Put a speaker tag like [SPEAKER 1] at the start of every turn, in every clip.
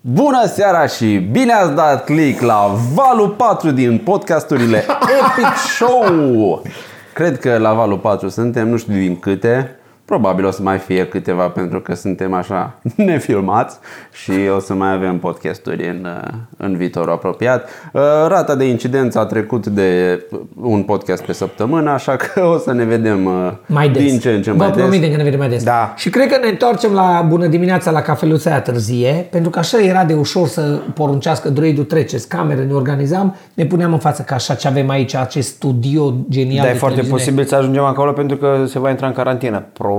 [SPEAKER 1] Bună seara și bine ați dat click la valul 4 din podcasturile Epic Show! Cred că la valul 4 suntem, nu știu din câte, probabil o să mai fie câteva pentru că suntem așa nefilmați și o să mai avem podcasturi în, uh, în viitorul apropiat. Uh, Rata de incidență a trecut de un podcast pe săptămână, așa că o să ne vedem uh,
[SPEAKER 2] Mai des.
[SPEAKER 1] din ce în ce
[SPEAKER 2] Vă
[SPEAKER 1] mai des.
[SPEAKER 2] promitem că ne vedem mai des.
[SPEAKER 1] Da.
[SPEAKER 2] Și cred că ne întoarcem la bună dimineața la cafeluța aia târzie, pentru că așa era de ușor să poruncească droidul treceți, camere, ne organizam, ne puneam în față ca așa ce avem aici, acest studio genial
[SPEAKER 3] Dar Da, e
[SPEAKER 2] de
[SPEAKER 3] foarte
[SPEAKER 2] televiziune.
[SPEAKER 3] posibil să ajungem acolo pentru că se va intra în carantină, probabil.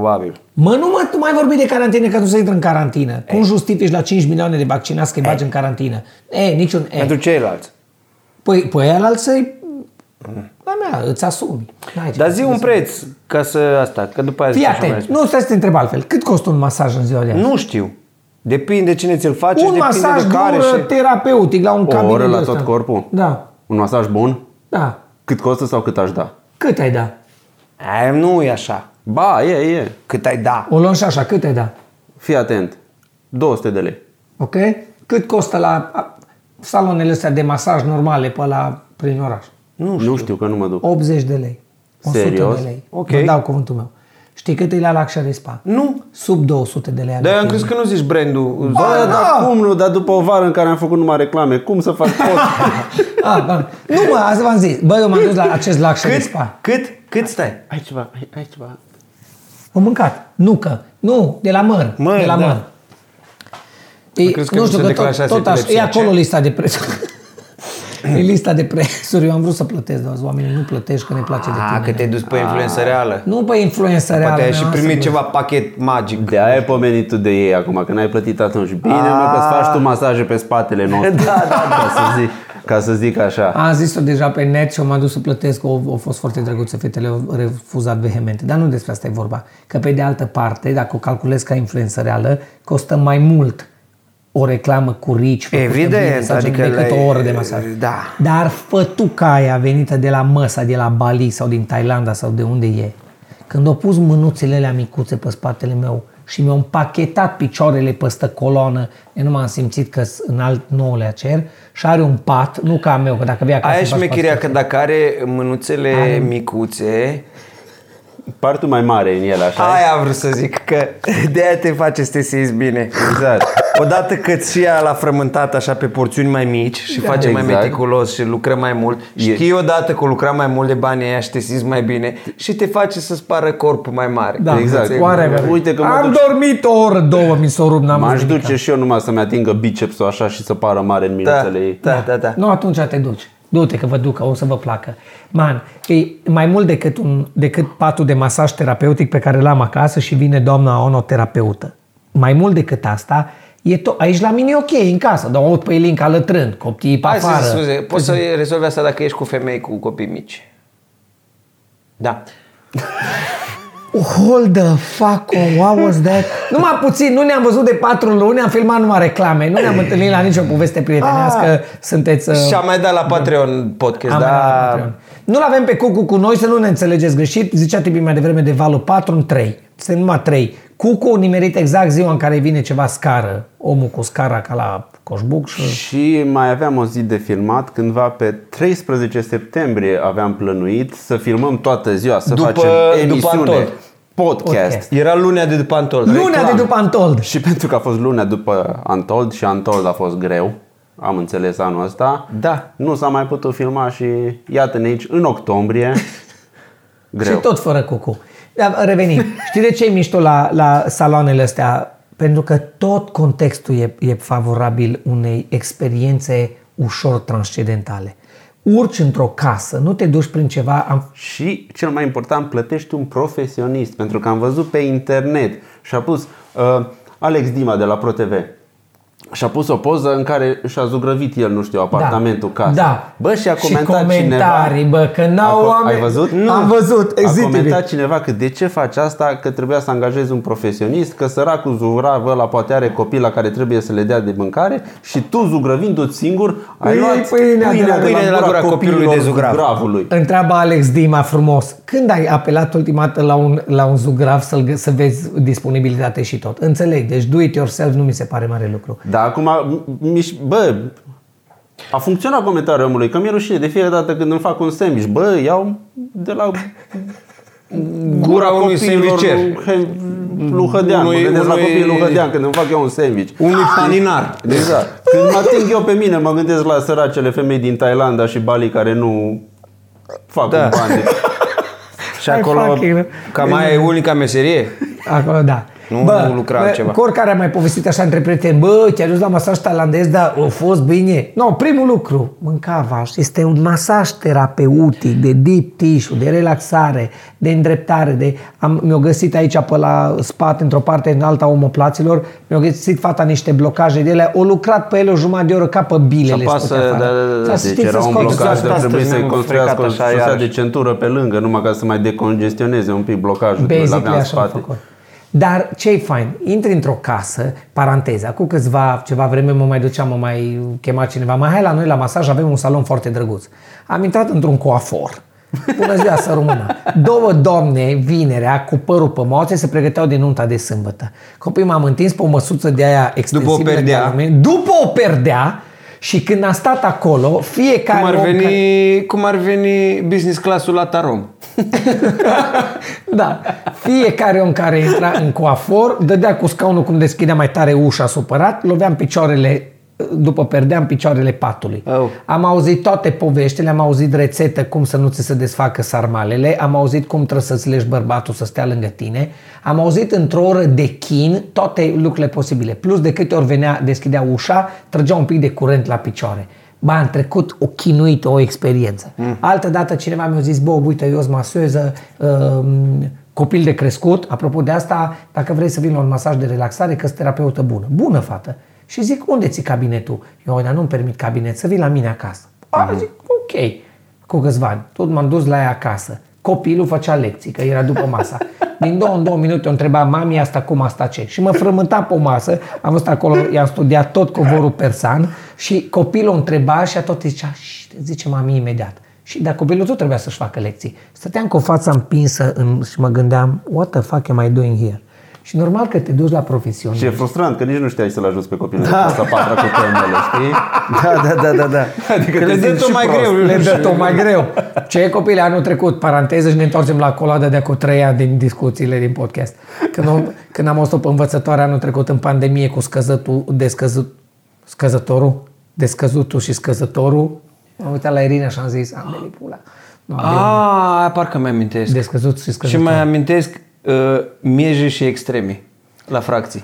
[SPEAKER 2] Mă, nu, mă, tu mai vorbi de carantină că tu să intră în carantină.
[SPEAKER 3] Eh.
[SPEAKER 2] Cum justifici la 5 milioane de vaccinați că îi bagi în carantină? E, niciun e.
[SPEAKER 3] Pentru ceilalți.
[SPEAKER 2] Păi, păi aia să-i... La mea, îți asumi. N-ai ce
[SPEAKER 3] Dar
[SPEAKER 2] să
[SPEAKER 3] zi un preț ca să asta, că după aia
[SPEAKER 2] Fii
[SPEAKER 3] zice așa mai
[SPEAKER 2] atent.
[SPEAKER 3] departe.
[SPEAKER 2] Nu, stai să te întreb altfel. Cât costă un masaj în ziua de azi?
[SPEAKER 3] Nu știu. Depinde cine ți-l face,
[SPEAKER 2] un
[SPEAKER 3] depinde
[SPEAKER 2] masaj ă,
[SPEAKER 3] de care
[SPEAKER 2] dură
[SPEAKER 3] și...
[SPEAKER 2] terapeutic la un cabinet
[SPEAKER 1] oră la
[SPEAKER 2] de ăsta.
[SPEAKER 1] tot corpul?
[SPEAKER 2] Da,
[SPEAKER 1] Un masaj bun?
[SPEAKER 2] da.
[SPEAKER 1] Cât costă sau cât aș da?
[SPEAKER 2] Cât ai da?
[SPEAKER 3] Aia nu e așa.
[SPEAKER 1] Ba, e, e.
[SPEAKER 3] Cât ai da.
[SPEAKER 2] O luăm și așa, cât ai da?
[SPEAKER 1] Fii atent. 200 de lei.
[SPEAKER 2] Ok? Cât costă la a, salonele astea de masaj normale pe la prin oraș?
[SPEAKER 1] Nu știu. nu știu că nu mă duc.
[SPEAKER 2] 80 de lei. 100
[SPEAKER 1] Serios?
[SPEAKER 2] de lei.
[SPEAKER 3] Ok.
[SPEAKER 2] Vă dau cuvântul meu. Știi cât e la Luxury Spa?
[SPEAKER 3] Nu.
[SPEAKER 2] Sub 200 de lei. Adică-
[SPEAKER 3] Dar eu am crezut că nu zici brandul.
[SPEAKER 1] Bă, dar
[SPEAKER 2] da.
[SPEAKER 1] cum nu? Dar după o vară în care am făcut numai reclame, cum să fac post?
[SPEAKER 2] A, bă, Ah, nu mă, asta v-am zis. Bă, eu m-am dus la acest Luxury
[SPEAKER 3] Cât?
[SPEAKER 2] Spa.
[SPEAKER 3] Cât? Cât stai?
[SPEAKER 1] ai ceva, ai, ai ceva.
[SPEAKER 2] Am mâncat. Nucă. Nu, de la măr.
[SPEAKER 3] Măr,
[SPEAKER 2] de la
[SPEAKER 3] da.
[SPEAKER 2] măr. E,
[SPEAKER 3] crezi că
[SPEAKER 2] nu
[SPEAKER 3] nu
[SPEAKER 2] știu
[SPEAKER 3] se
[SPEAKER 2] că
[SPEAKER 3] declanșează
[SPEAKER 2] tot, tot așa, e
[SPEAKER 3] epilepsia
[SPEAKER 2] acolo
[SPEAKER 3] aceea?
[SPEAKER 2] lista de prețuri. e lista de prețuri. Eu am vrut să plătesc, dar oamenii nu plătești că ne place de
[SPEAKER 3] A,
[SPEAKER 2] tine.
[SPEAKER 3] că te-ai dus pe influență reală.
[SPEAKER 2] Nu pe influența reală.
[SPEAKER 3] Ah,
[SPEAKER 2] Da,
[SPEAKER 3] Poate ai
[SPEAKER 2] mi-am
[SPEAKER 3] și
[SPEAKER 2] lăsat
[SPEAKER 3] primit
[SPEAKER 2] să-
[SPEAKER 3] ceva pachet magic.
[SPEAKER 1] De aia ai pomenit tu de ei acum, că n-ai plătit atunci. Bine, mă, că-ți faci tu masaje pe spatele nostru. Ah! da, da, da. Ca să zic, ca să zic așa.
[SPEAKER 2] Am zis-o deja pe net și eu m-am dus să plătesc, au, au fost foarte drăguțe, fetele au refuzat vehemente. Dar nu despre asta e vorba. Că pe de altă parte, dacă o calculez ca influență reală, costă mai mult o reclamă cu rici, făcută
[SPEAKER 3] Evident,
[SPEAKER 2] bine, sau
[SPEAKER 3] adică
[SPEAKER 2] decât
[SPEAKER 3] le-
[SPEAKER 2] o oră de masaj.
[SPEAKER 3] da.
[SPEAKER 2] Dar fătuca aia venită de la măsa, de la Bali sau din Thailanda sau de unde e, când au pus mânuțele alea micuțe pe spatele meu și mi-au împachetat picioarele peste coloană, eu nu m-am simțit că sunt în alt nouălea cer și are un pat, nu ca a meu, că dacă vei acasă...
[SPEAKER 3] Aia
[SPEAKER 2] îmi
[SPEAKER 3] și
[SPEAKER 2] faci
[SPEAKER 3] mecheria
[SPEAKER 2] pat.
[SPEAKER 3] că dacă are mânuțele micuțe,
[SPEAKER 1] Partul mai mare în el, așa.
[SPEAKER 3] Aia am vrut să zic, că de aia te face să te simți bine.
[SPEAKER 1] Exact.
[SPEAKER 3] Odată că ți ia la frământat așa pe porțiuni mai mici și da, face mai
[SPEAKER 1] Exact.
[SPEAKER 3] meticulos și lucrăm mai mult,
[SPEAKER 1] E-
[SPEAKER 3] știi odată că lucrăm mai mult de bani aia și te simți mai bine și te face să spară corpul mai mare.
[SPEAKER 2] Da,
[SPEAKER 1] Exact.
[SPEAKER 2] exact. Oare,
[SPEAKER 1] Uite că mă
[SPEAKER 2] am
[SPEAKER 1] duc-
[SPEAKER 2] dormit o oră, două, mi s-o rup, n-am
[SPEAKER 1] M-aș
[SPEAKER 2] auzit nimic.
[SPEAKER 1] duce și eu numai să-mi atingă bicepsul așa și să pară mare în
[SPEAKER 3] Da,
[SPEAKER 1] minuțele ei.
[SPEAKER 3] da, da, da.
[SPEAKER 2] Nu, atunci te duci. Du-te că vă duc, că o să vă placă. Man, e mai mult decât, un, decât patul de masaj terapeutic pe care l-am acasă și vine doamna onoterapeută. Mai mult decât asta, e to- aici la mine e ok, în casă, dar o aud pe Elinca lătrând, copiii pe
[SPEAKER 3] Hai să
[SPEAKER 2] afară.
[SPEAKER 3] scuze, poți să rezolvi asta dacă ești cu femei cu copii mici. Da.
[SPEAKER 2] Oh, Hold the fuck, oh, what was that? Numai puțin, nu ne-am văzut de patru luni, am filmat numai reclame, nu ne-am întâlnit la nicio poveste prietenească, ah, sunteți... uh,
[SPEAKER 3] Și am mai dat la Patreon podcast,
[SPEAKER 2] Am
[SPEAKER 3] da.
[SPEAKER 2] mai dat la Patreon. Nu-l avem pe Cucu cu noi, să nu ne înțelegeți greșit. Zicea Tibi mai devreme de valul 4 în 3. Sunt numai 3. Cucu nimerit exact ziua în care vine ceva scară. Omul cu scara ca la coșbuc și...
[SPEAKER 1] Și mai aveam o zi de filmat cândva pe 13 septembrie aveam plănuit să filmăm toată ziua, să
[SPEAKER 3] După-
[SPEAKER 1] facem
[SPEAKER 3] după
[SPEAKER 1] emisiune,
[SPEAKER 3] Antol.
[SPEAKER 1] podcast.
[SPEAKER 2] Podcast.
[SPEAKER 3] Era lunea de după Antol.
[SPEAKER 2] Lunea de după Antold.
[SPEAKER 1] Și pentru că a fost lunea după Antold și Antold a fost greu, am înțeles anul ăsta,
[SPEAKER 3] Da.
[SPEAKER 1] nu s-a mai putut filma și iată-ne aici în octombrie. Greu.
[SPEAKER 2] Și tot fără cucu. Dar revenim. Știi de ce e mișto la, la saloanele astea? Pentru că tot contextul e, e favorabil unei experiențe ușor transcendentale. Urci într-o casă, nu te duci prin ceva, am
[SPEAKER 1] Și cel mai important, plătești un profesionist, pentru că am văzut pe internet și a pus uh, Alex Dima de la ProTV și a pus o poză în care și-a zugrăvit el, nu știu, apartamentul,
[SPEAKER 2] da.
[SPEAKER 1] casa.
[SPEAKER 2] Da.
[SPEAKER 1] Bă, și a comentat
[SPEAKER 2] comentarii,
[SPEAKER 1] cineva...
[SPEAKER 2] bă, că n-au
[SPEAKER 1] A co-
[SPEAKER 2] oameni.
[SPEAKER 1] Ai văzut?
[SPEAKER 2] Nu. Am văzut.
[SPEAKER 1] A
[SPEAKER 2] Zi,
[SPEAKER 1] comentat
[SPEAKER 2] Tibi.
[SPEAKER 1] cineva că de ce faci asta, că trebuia să angajezi un profesionist, că săracul zugrav ăla poate are copii la care trebuie să le dea de mâncare și tu zugrăvindu-ți singur ai
[SPEAKER 2] Îi iei
[SPEAKER 1] luat
[SPEAKER 2] Păi pâinea de la-
[SPEAKER 3] pâinea de la gura copilului de zugrav.
[SPEAKER 1] zugravului.
[SPEAKER 2] Întreabă Alex Dima frumos, când ai apelat ultima dată la un, la un zugrav să-l, gă- să vezi disponibilitate și tot? Înțeleg, deci do it yourself nu mi se pare mare lucru.
[SPEAKER 1] Da, dar acum, mi- bă, a funcționat comentariul omului, că mi-e rușine de fiecare dată când îmi fac un sandwich. Bă, iau de la
[SPEAKER 3] Gura unui
[SPEAKER 1] copiilor
[SPEAKER 3] sandwicher.
[SPEAKER 1] lui Hă- lui Hădean. Mă
[SPEAKER 3] Unui-
[SPEAKER 1] gândesc la
[SPEAKER 3] unui-
[SPEAKER 1] copiii lui Hădean când îmi fac eu un sandwich.
[SPEAKER 3] Unui paninar.
[SPEAKER 1] Exact. Când mă ating eu pe mine, mă gândesc la săracele femei din Thailanda și Bali care nu fac
[SPEAKER 3] Da.
[SPEAKER 1] da. bani.
[SPEAKER 3] Și
[SPEAKER 2] Hai,
[SPEAKER 3] acolo,
[SPEAKER 2] fuck you.
[SPEAKER 3] ca mai e unica meserie.
[SPEAKER 2] Acolo, da.
[SPEAKER 3] Nu- nu lucra altceva.
[SPEAKER 2] Cu oricare am mai povestit așa între prieteni, bă, te-ai dus la masaj tailandez, dar a fost bine. Nu, no, primul lucru, mânca vaș. Este un masaj terapeutic de deep tissue, de relaxare, de îndreptare. De... Am, mi-au găsit aici pe la spate, într-o parte în alta omoplaților, mi-au găsit fata niște blocaje de ele, o lucrat pe ele o jumătate de oră ca pe bilele.
[SPEAKER 3] apasă,
[SPEAKER 2] scoate afară.
[SPEAKER 3] da, da, da,
[SPEAKER 1] Deci
[SPEAKER 2] S-a simțit
[SPEAKER 1] era
[SPEAKER 2] să
[SPEAKER 1] un
[SPEAKER 2] scoată-
[SPEAKER 1] blocaj,
[SPEAKER 3] exact
[SPEAKER 1] dar
[SPEAKER 3] asta
[SPEAKER 1] trebuie să-i
[SPEAKER 3] ne-am
[SPEAKER 1] construiască o
[SPEAKER 3] frecat așa,
[SPEAKER 1] șosea
[SPEAKER 3] iarăși.
[SPEAKER 1] de centură pe lângă, numai ca să mai decongestioneze un pic blocajul de la
[SPEAKER 2] Basically
[SPEAKER 1] în
[SPEAKER 2] așa am
[SPEAKER 1] spate.
[SPEAKER 2] făcut. Dar ce-i fain? Intri într-o casă, paranteză, acum câțiva, ceva vreme mă mai duceam, mă mai chema cineva, mai hai la noi la masaj, avem un salon foarte drăguț. Am intrat într-un coafor. Bună ziua, să română. Două doamne, vinerea, cu părul pe moațe, se pregăteau de nunta de sâmbătă. Copiii m-am întins pe o măsuță de aia extensibilă.
[SPEAKER 3] După o perdea.
[SPEAKER 2] de aluminiu, După o perdea și când a stat acolo, fiecare
[SPEAKER 3] Cum ar,
[SPEAKER 2] om care-
[SPEAKER 3] veni, cum ar veni business classul la Tarom.
[SPEAKER 2] Da. Fiecare om care intra în coafor dădea cu scaunul cum deschidea mai tare ușa supărat, loveam picioarele după perdea în picioarele patului.
[SPEAKER 3] Au.
[SPEAKER 2] Am auzit toate poveștile, am auzit rețetă cum să nu ți se desfacă sarmalele, am auzit cum trebuie să-ți leși bărbatul să stea lângă tine, am auzit într-o oră de chin toate lucrurile posibile. Plus de câte ori venea, deschidea ușa, trăgea un pic de curent la picioare. Ba, am trecut o chinuită, o experiență. Mm. Altă dată cineva mi-a zis, bă, uite, eu sunt masoeză, um, copil de crescut, apropo de asta, dacă vrei să vin la un masaj de relaxare, că terapeută bună. Bună, fată. Și zic, unde ți cabinetul? Eu, dar nu-mi permit cabinet, să vii la mine acasă. A, zic, ok. Cu câțiva ani. Tot m-am dus la ea acasă. Copilul făcea lecții, că era după masa. Din două în două minute o întreba, mami, asta cum, asta ce? Și mă frământa pe o masă, am văzut acolo, i-am studiat tot covorul persan și copilul o întreba și a tot zicea, "Șt", zice mami imediat. Și dar copilul tot trebuia să-și facă lecții. Stăteam cu fața împinsă în, și mă gândeam, what the fuck am I doing here? Și normal că te duci la profesionist.
[SPEAKER 1] Și e frustrant că nici nu știai să-l ajuți pe copilul da. de patra cu temele, știi? Da, da, da, da. da. Adică te
[SPEAKER 3] Că le dă
[SPEAKER 1] simți
[SPEAKER 3] tot
[SPEAKER 1] și
[SPEAKER 3] mai
[SPEAKER 1] prost.
[SPEAKER 3] greu.
[SPEAKER 2] le dă tot mai greu. Ce copile anul trecut, paranteză și ne întoarcem la coloada de cu trei ani din discuțiile din podcast. Când am, când am auzit-o pe învățătoare anul trecut în pandemie cu scăzătul, descăzut, scăzătorul, descăzutul și scăzătorul, am uitat la Irina și am zis, am de pula. Nu,
[SPEAKER 3] A, Ah, parcă mi-amintesc.
[SPEAKER 2] Descăzut și
[SPEAKER 3] Și
[SPEAKER 2] scăzătorul.
[SPEAKER 3] mai amintesc uh, mieji și extremii la fracții.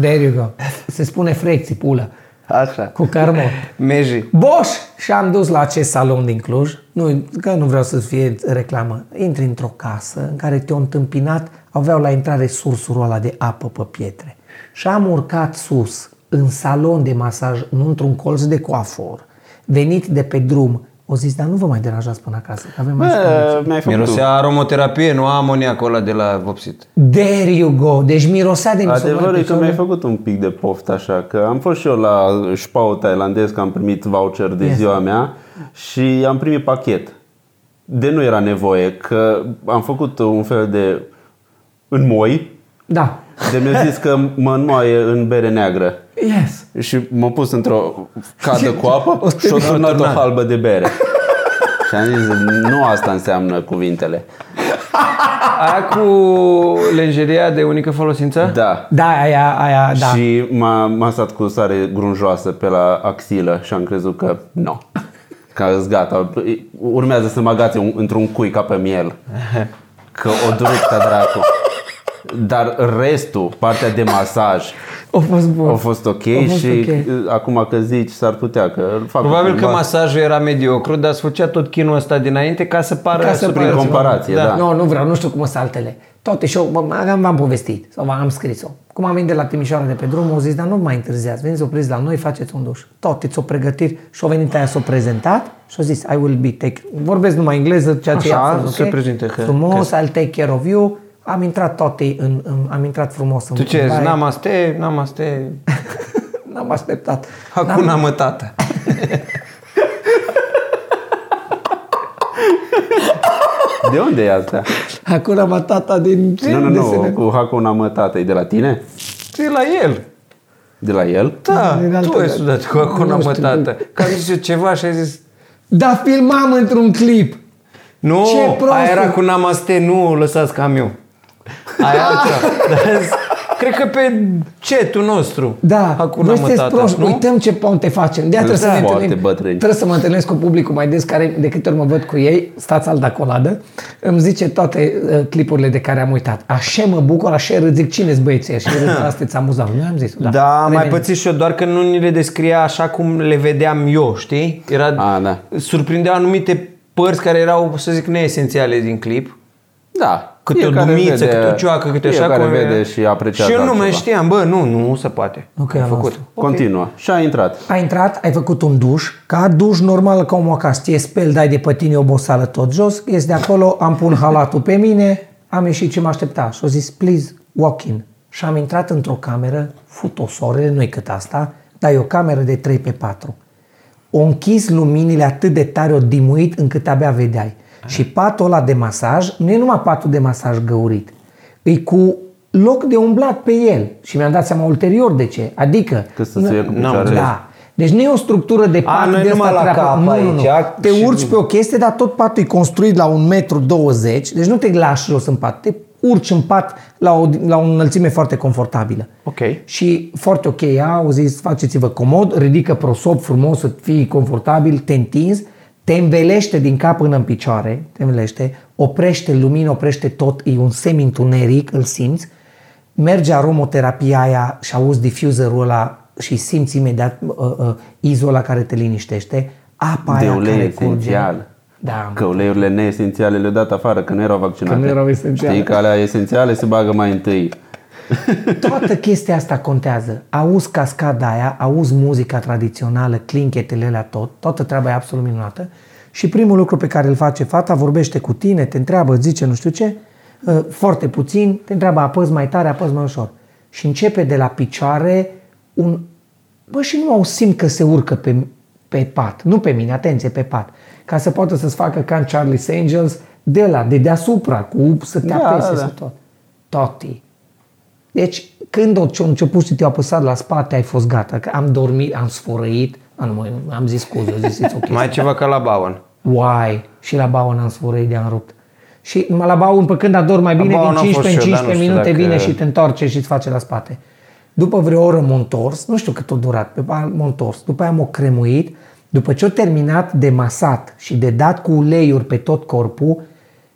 [SPEAKER 2] There you go. Se spune frecții, pula,
[SPEAKER 3] Așa.
[SPEAKER 2] cu cărmon.
[SPEAKER 3] Mieji.
[SPEAKER 2] Boș! Și am dus la acest salon din Cluj, nu, că nu vreau să fie reclamă. Intri într-o casă în care te-au întâmpinat, aveau la intrare sursul ăla de apă pe pietre. Și am urcat sus, în salon de masaj, nu într-un colț de coafor, venit de pe drum, o zis, dar nu vă mai deranjați până acasă, că avem mai
[SPEAKER 1] Bă, mi-ai făcut tu.
[SPEAKER 3] Mirosea aromoterapie, nu amoniacul ăla de la vopsit.
[SPEAKER 2] There you go! Deci mirosea de misomană
[SPEAKER 1] Adevărul e că
[SPEAKER 2] picioare.
[SPEAKER 1] mi-ai făcut un pic de poftă așa, că am fost și eu la șpau tailandez, că am primit voucher de
[SPEAKER 2] Yes.
[SPEAKER 1] ziua mea și am primit pachet. De nu era nevoie, că am făcut un fel de înmoi,
[SPEAKER 2] Da.
[SPEAKER 1] de mi-a zis că mă înmoaie în bere neagră.
[SPEAKER 2] Yes.
[SPEAKER 1] Și m-a pus într-o cadă cu apă și o turnat o halbă de bere. Și am zis, nu asta înseamnă cuvintele.
[SPEAKER 3] Aia cu lenjeria de unică folosință?
[SPEAKER 1] Da.
[SPEAKER 2] Da, aia, aia, da.
[SPEAKER 1] Da. Și m-a, m-a stat cu sare grunjoasă pe la axilă și am crezut că nu. No. Că îs gata. Urmează să mă agațe un- într-un cui ca pe miel. Că o durut ca dracu. Dar restul, partea de masaj,
[SPEAKER 2] O fost bun.
[SPEAKER 1] a fost ok
[SPEAKER 2] A fost
[SPEAKER 1] și
[SPEAKER 2] ok.
[SPEAKER 1] acum că zici s-ar putea că îl fac
[SPEAKER 3] Probabil că
[SPEAKER 1] cumva
[SPEAKER 3] masajul era mediocru, dar îți făcea tot chinul ăsta dinainte ca să pară...
[SPEAKER 2] Ca să
[SPEAKER 3] super-
[SPEAKER 1] prin comparație, da.
[SPEAKER 2] Nu, nu vreau, nu știu cum sunt altele. Toate și eu mă- am, v-am povestit sau v-am scris-o. Cum am venit de la Timișoara de pe drum, au zis, dar nu mai întârziați, veniți opriți la noi, faceți un duș. Toate ți-o pregătit și au venit aia s-o prezentat și au zis, I will be take... Vorbesc numai engleză, ceea ce
[SPEAKER 3] Așa,
[SPEAKER 2] e absolut
[SPEAKER 3] se
[SPEAKER 2] ok.
[SPEAKER 3] prezintă că-
[SPEAKER 2] Frumos, I'll take care of you. Am intrat toate în, în am intrat frumos în
[SPEAKER 3] Tu ce,
[SPEAKER 2] baie.
[SPEAKER 3] n-am aste, n-am aste,
[SPEAKER 2] N-am așteptat.
[SPEAKER 3] acum am tată.
[SPEAKER 1] De unde e asta?
[SPEAKER 2] Acum am tata din
[SPEAKER 1] nu, nu,
[SPEAKER 2] desene.
[SPEAKER 1] nu, cu Hakuna Matata e de la tine?
[SPEAKER 3] Ce la el?
[SPEAKER 1] De la el?
[SPEAKER 3] Da,
[SPEAKER 2] Din altă
[SPEAKER 3] tu ai
[SPEAKER 2] dată.
[SPEAKER 3] sudat cu acolo
[SPEAKER 2] Nu
[SPEAKER 3] mă,
[SPEAKER 2] știu.
[SPEAKER 3] tată. Că am zis eu ceva și ai zis,
[SPEAKER 2] Dar filmam într-un clip.
[SPEAKER 3] nu,
[SPEAKER 2] Ce prost
[SPEAKER 3] aia era
[SPEAKER 2] e.
[SPEAKER 3] cu namaste, nu, lăsați că am eu. Aia alta. Dar am zis, Cred că pe chatul nostru.
[SPEAKER 2] Da,
[SPEAKER 3] Acum
[SPEAKER 2] voi
[SPEAKER 3] am
[SPEAKER 2] sunteți proști,
[SPEAKER 3] nu?
[SPEAKER 2] uităm ce ponte facem. De aia trebuie, să ne
[SPEAKER 1] Foarte
[SPEAKER 2] întâlnim,
[SPEAKER 1] bătrâni.
[SPEAKER 2] trebuie să mă întâlnesc cu publicul mai des, care de câte ori mă văd cu ei, stați alta coladă, îmi zice toate uh, clipurile de care am uitat. Așa mă bucur, așa râd, zic, cine-s băieții ăștia? Și râd, asta ți amuzant. Nu am zis.
[SPEAKER 3] Da, da am mai
[SPEAKER 2] revenim.
[SPEAKER 3] pățit și eu, doar că nu ni le descria așa cum le vedeam eu, știi? Era,
[SPEAKER 1] A, da.
[SPEAKER 3] Surprindea anumite părți care erau, să zic, neesențiale din clip.
[SPEAKER 1] Da.
[SPEAKER 3] Câte o
[SPEAKER 1] Fiecare
[SPEAKER 3] dumiță,
[SPEAKER 1] vede-
[SPEAKER 3] câte o cioacă, câte așa
[SPEAKER 1] Fiecare
[SPEAKER 3] cum e.
[SPEAKER 1] vede și apreciază
[SPEAKER 3] Și eu nu mai
[SPEAKER 1] altceva.
[SPEAKER 3] știam, bă, nu, nu se poate.
[SPEAKER 2] Ok,
[SPEAKER 3] Am
[SPEAKER 2] am
[SPEAKER 3] făcut.
[SPEAKER 2] asta.
[SPEAKER 1] Continuă. Și a intrat.
[SPEAKER 2] Ai intrat, ai făcut un duș, ca duș normal ca omul acasă, te speli, dai de pe tine oboseală tot jos, ies de acolo, am pun halatul pe mine, am ieșit ce mă aștepta și au zis, please, walk in. Și am intrat într-o cameră, fut o sorele, nu-i cât asta, dar e o cameră de 3 pe 4. O închis luminile atât de tare, o dimuit, încât abia vedeai. Și patul ăla de masaj, nu e numai patul de masaj găurit, e cu loc de umblat pe el. Și mi-am dat seama ulterior de ce. Adică...
[SPEAKER 1] Că să se ia cu
[SPEAKER 3] N-am
[SPEAKER 1] picioarele.
[SPEAKER 3] înțeles.
[SPEAKER 2] Da. Deci nu e o structură de
[SPEAKER 3] A,
[SPEAKER 2] pat
[SPEAKER 3] nu e
[SPEAKER 2] de
[SPEAKER 3] numai
[SPEAKER 2] ăsta
[SPEAKER 3] la cap
[SPEAKER 2] nu, nu, nu.
[SPEAKER 3] aici,
[SPEAKER 2] Te
[SPEAKER 3] și-
[SPEAKER 2] urci pe o chestie, dar tot patul e construit la 1,20 m, deci nu te lași jos în pat, te urci în pat la o, la o înălțime foarte confortabilă.
[SPEAKER 3] Ok.
[SPEAKER 2] Și foarte ok, au zis, faceți-vă comod, ridică prosop frumos, să fii confortabil, te întinzi, te învelește din cap până în picioare, te învelește, oprește lumină, oprește tot, e un semi-întuneric, îl simți, merge aromoterapia aia și auzi diffuzerul ăla și simți imediat uh, uh, izola care te liniștește, apa
[SPEAKER 1] De
[SPEAKER 2] aia
[SPEAKER 1] ulei
[SPEAKER 2] care curge.
[SPEAKER 1] esențial.
[SPEAKER 2] Da.
[SPEAKER 1] Că uleiurile neesențiale le-au dat afară, că nu erau vaccinate.
[SPEAKER 2] Că nu erau esențiale.
[SPEAKER 1] Știi că alea esențiale se bagă mai întâi.
[SPEAKER 2] Toată chestia asta contează. Auzi cascada aia, auzi muzica tradițională, clinchetele alea, tot, toată treaba e absolut minunată. Și primul lucru pe care îl face fata, vorbește cu tine, te întreabă, îți zice nu știu ce, uh, foarte puțin, te întreabă apăs mai tare, apăs mai ușor. Și începe de la picioare un... Bă, și nu au simt că se urcă pe, pe pat, nu pe mine, atenție, pe pat, ca să poată să-ți facă ca în Charlie's Angels de la, de deasupra, cu să te
[SPEAKER 1] Da,
[SPEAKER 2] apese
[SPEAKER 1] da,
[SPEAKER 2] da.
[SPEAKER 1] da.
[SPEAKER 2] tot. Totii. Deci, când o ce- început să te-a apăsat la spate, ai fost gata. Că am dormit, am sfărăit, a, nu, mă, am zis scuze, am zis, it's ok.
[SPEAKER 3] Mai e ceva ca la Baon.
[SPEAKER 2] Uai, și la Baon am sfărăit de-am rupt. Și numai la Baon, pe când ador mai bine,
[SPEAKER 3] Baon
[SPEAKER 2] din
[SPEAKER 3] am
[SPEAKER 2] 15 în
[SPEAKER 3] fost și eu,
[SPEAKER 2] 15
[SPEAKER 3] dar nu
[SPEAKER 2] minute dacă...
[SPEAKER 3] știu dacă-
[SPEAKER 2] vine și te întoarce și îți face la spate. După vreo oră m-am întors, nu știu cât a durat, pe m-am întors. După aia m-a cremuit, după ce a terminat de masat și de dat cu uleiuri pe tot corpul,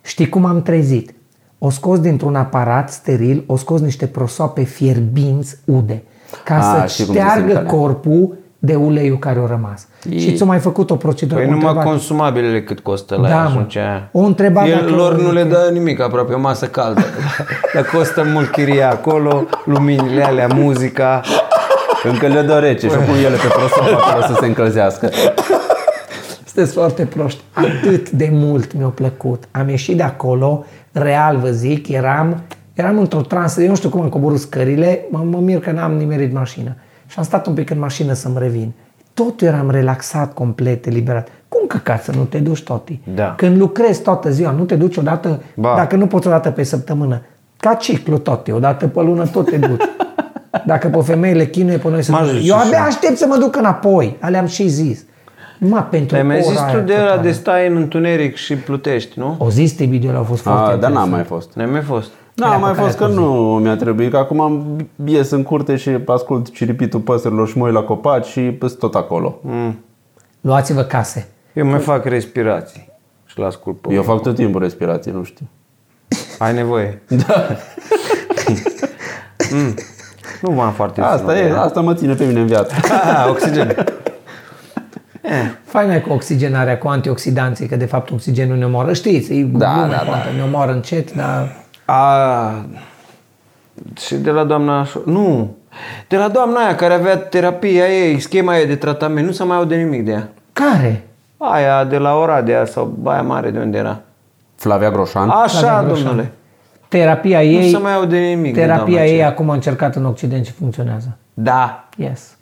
[SPEAKER 2] știi cum am trezit? O scos dintr-un aparat steril, o scos niște prosoape fierbinți ude, ca
[SPEAKER 1] A,
[SPEAKER 2] să
[SPEAKER 1] știu cum se simt
[SPEAKER 2] șteargă
[SPEAKER 1] alea.
[SPEAKER 2] corpul de uleiul care a rămas.
[SPEAKER 1] Ei.
[SPEAKER 2] Și ți-a mai făcut o procedură.
[SPEAKER 3] Păi
[SPEAKER 2] o
[SPEAKER 3] numai
[SPEAKER 2] întrebare.
[SPEAKER 3] consumabilele cât costă la
[SPEAKER 2] Da,
[SPEAKER 3] ea,
[SPEAKER 2] mă.
[SPEAKER 3] atunci aia.
[SPEAKER 2] O întreba
[SPEAKER 3] El,
[SPEAKER 2] dacă-
[SPEAKER 3] lor nu le dă nimic, aproape o masă caldă. Dar costă mult chiria acolo, luminile alea, muzica.
[SPEAKER 1] Încă le dă rece și o pun ele pe prosop acolo să se încălzească.
[SPEAKER 2] Sunteți foarte proști. Atât de mult mi-a plăcut. Am ieșit de acolo, real vă zic, eram, eram într-o transă, eu nu știu cum am coborât scările, mă, mă mir că n-am nimerit mașina. Și am stat un pic în mașină să-mi revin. Tot eu eram relaxat, complet, eliberat. Cum căcat să nu te duci toti?
[SPEAKER 3] Da.
[SPEAKER 2] Când lucrezi toată ziua, nu te duci odată,
[SPEAKER 3] Ba.
[SPEAKER 2] dacă nu poți odată pe săptămână. Ca ciclu tot, eu, odată pe lună tot te duci. Dacă pe femeile chinuie pe noi să
[SPEAKER 3] Mă
[SPEAKER 2] duc.
[SPEAKER 3] ajut
[SPEAKER 2] Eu
[SPEAKER 3] și
[SPEAKER 2] abia
[SPEAKER 3] eu.
[SPEAKER 2] aștept să mă duc înapoi. Alea am și zis. Mă, pentru
[SPEAKER 3] Dar mi-ai zis
[SPEAKER 2] ora
[SPEAKER 3] tu
[SPEAKER 2] aia
[SPEAKER 3] de ăla
[SPEAKER 2] totală.
[SPEAKER 3] de stai în întuneric și plutești, nu?
[SPEAKER 2] O zis te videole au fost foarte
[SPEAKER 1] A, dar n-am
[SPEAKER 2] interesant.
[SPEAKER 1] mai fost.
[SPEAKER 3] N-ai mai fost.
[SPEAKER 1] N-am mai
[SPEAKER 2] pe
[SPEAKER 1] fost că
[SPEAKER 2] care
[SPEAKER 1] nu mi-a trebuit, că acum am- ies în curte și ascult ciripitul păsărilor și mă uit la copaci și sunt tot acolo.
[SPEAKER 3] Mm.
[SPEAKER 2] Luați-vă case.
[SPEAKER 3] Eu mai fac respirații și las culpă.
[SPEAKER 1] Eu fac tot timpul respirație, nu știu.
[SPEAKER 3] Ai nevoie. Da. mm. Nu m-am foarte
[SPEAKER 1] Asta e, asta mă ține pe mine în viață.
[SPEAKER 3] Ah, oxigen.
[SPEAKER 2] Faina e cu oxigenarea, cu antioxidanții, că de fapt oxigenul ne omoară. Știți, e
[SPEAKER 1] Da,
[SPEAKER 2] glumă,
[SPEAKER 1] da, da.
[SPEAKER 2] poate, ne omoară încet, dar...
[SPEAKER 3] A, și de la doamna... Șo- Nu, de la doamna aia care avea terapia ei, schema ei de tratament, nu se mai aude nimic de ea.
[SPEAKER 2] Care?
[SPEAKER 3] Aia de la Oradea sau Baia Mare de unde era.
[SPEAKER 1] Flavia Groșan?
[SPEAKER 3] Așa,
[SPEAKER 2] Flavia Groșan.
[SPEAKER 3] domnule.
[SPEAKER 2] Terapia
[SPEAKER 3] Nu
[SPEAKER 2] ei,
[SPEAKER 3] se mai aude nimic de
[SPEAKER 2] terapia
[SPEAKER 3] doamna
[SPEAKER 2] ei
[SPEAKER 3] aceea.
[SPEAKER 2] acum a încercat în Occident și funcționează.
[SPEAKER 3] Da.
[SPEAKER 2] Yes.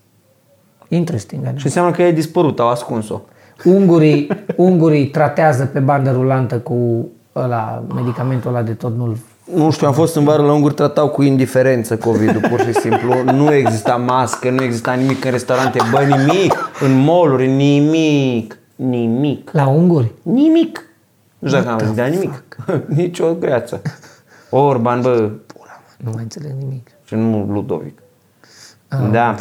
[SPEAKER 2] Interesting. adică.
[SPEAKER 3] Și înseamnă că e dispărut, au ascuns-o.
[SPEAKER 2] Ungurii, ungurii tratează pe bandă rulantă cu ăla, medicamentul ăla de tot, nu-l
[SPEAKER 3] nu știu, am fost în vară la unguri, tratau cu indiferență covid pur și simplu. nu exista mască, nu exista nimic în restaurante, bă, nimic, în mall nimic, nimic,
[SPEAKER 2] La unguri?
[SPEAKER 3] nimic. Nu știu dacă am
[SPEAKER 2] Da,
[SPEAKER 3] zis, dar nimic. Nici o greață. Orban, bă,
[SPEAKER 2] Nu mai înțeleg nimic.
[SPEAKER 3] și nu Ludovic. Da.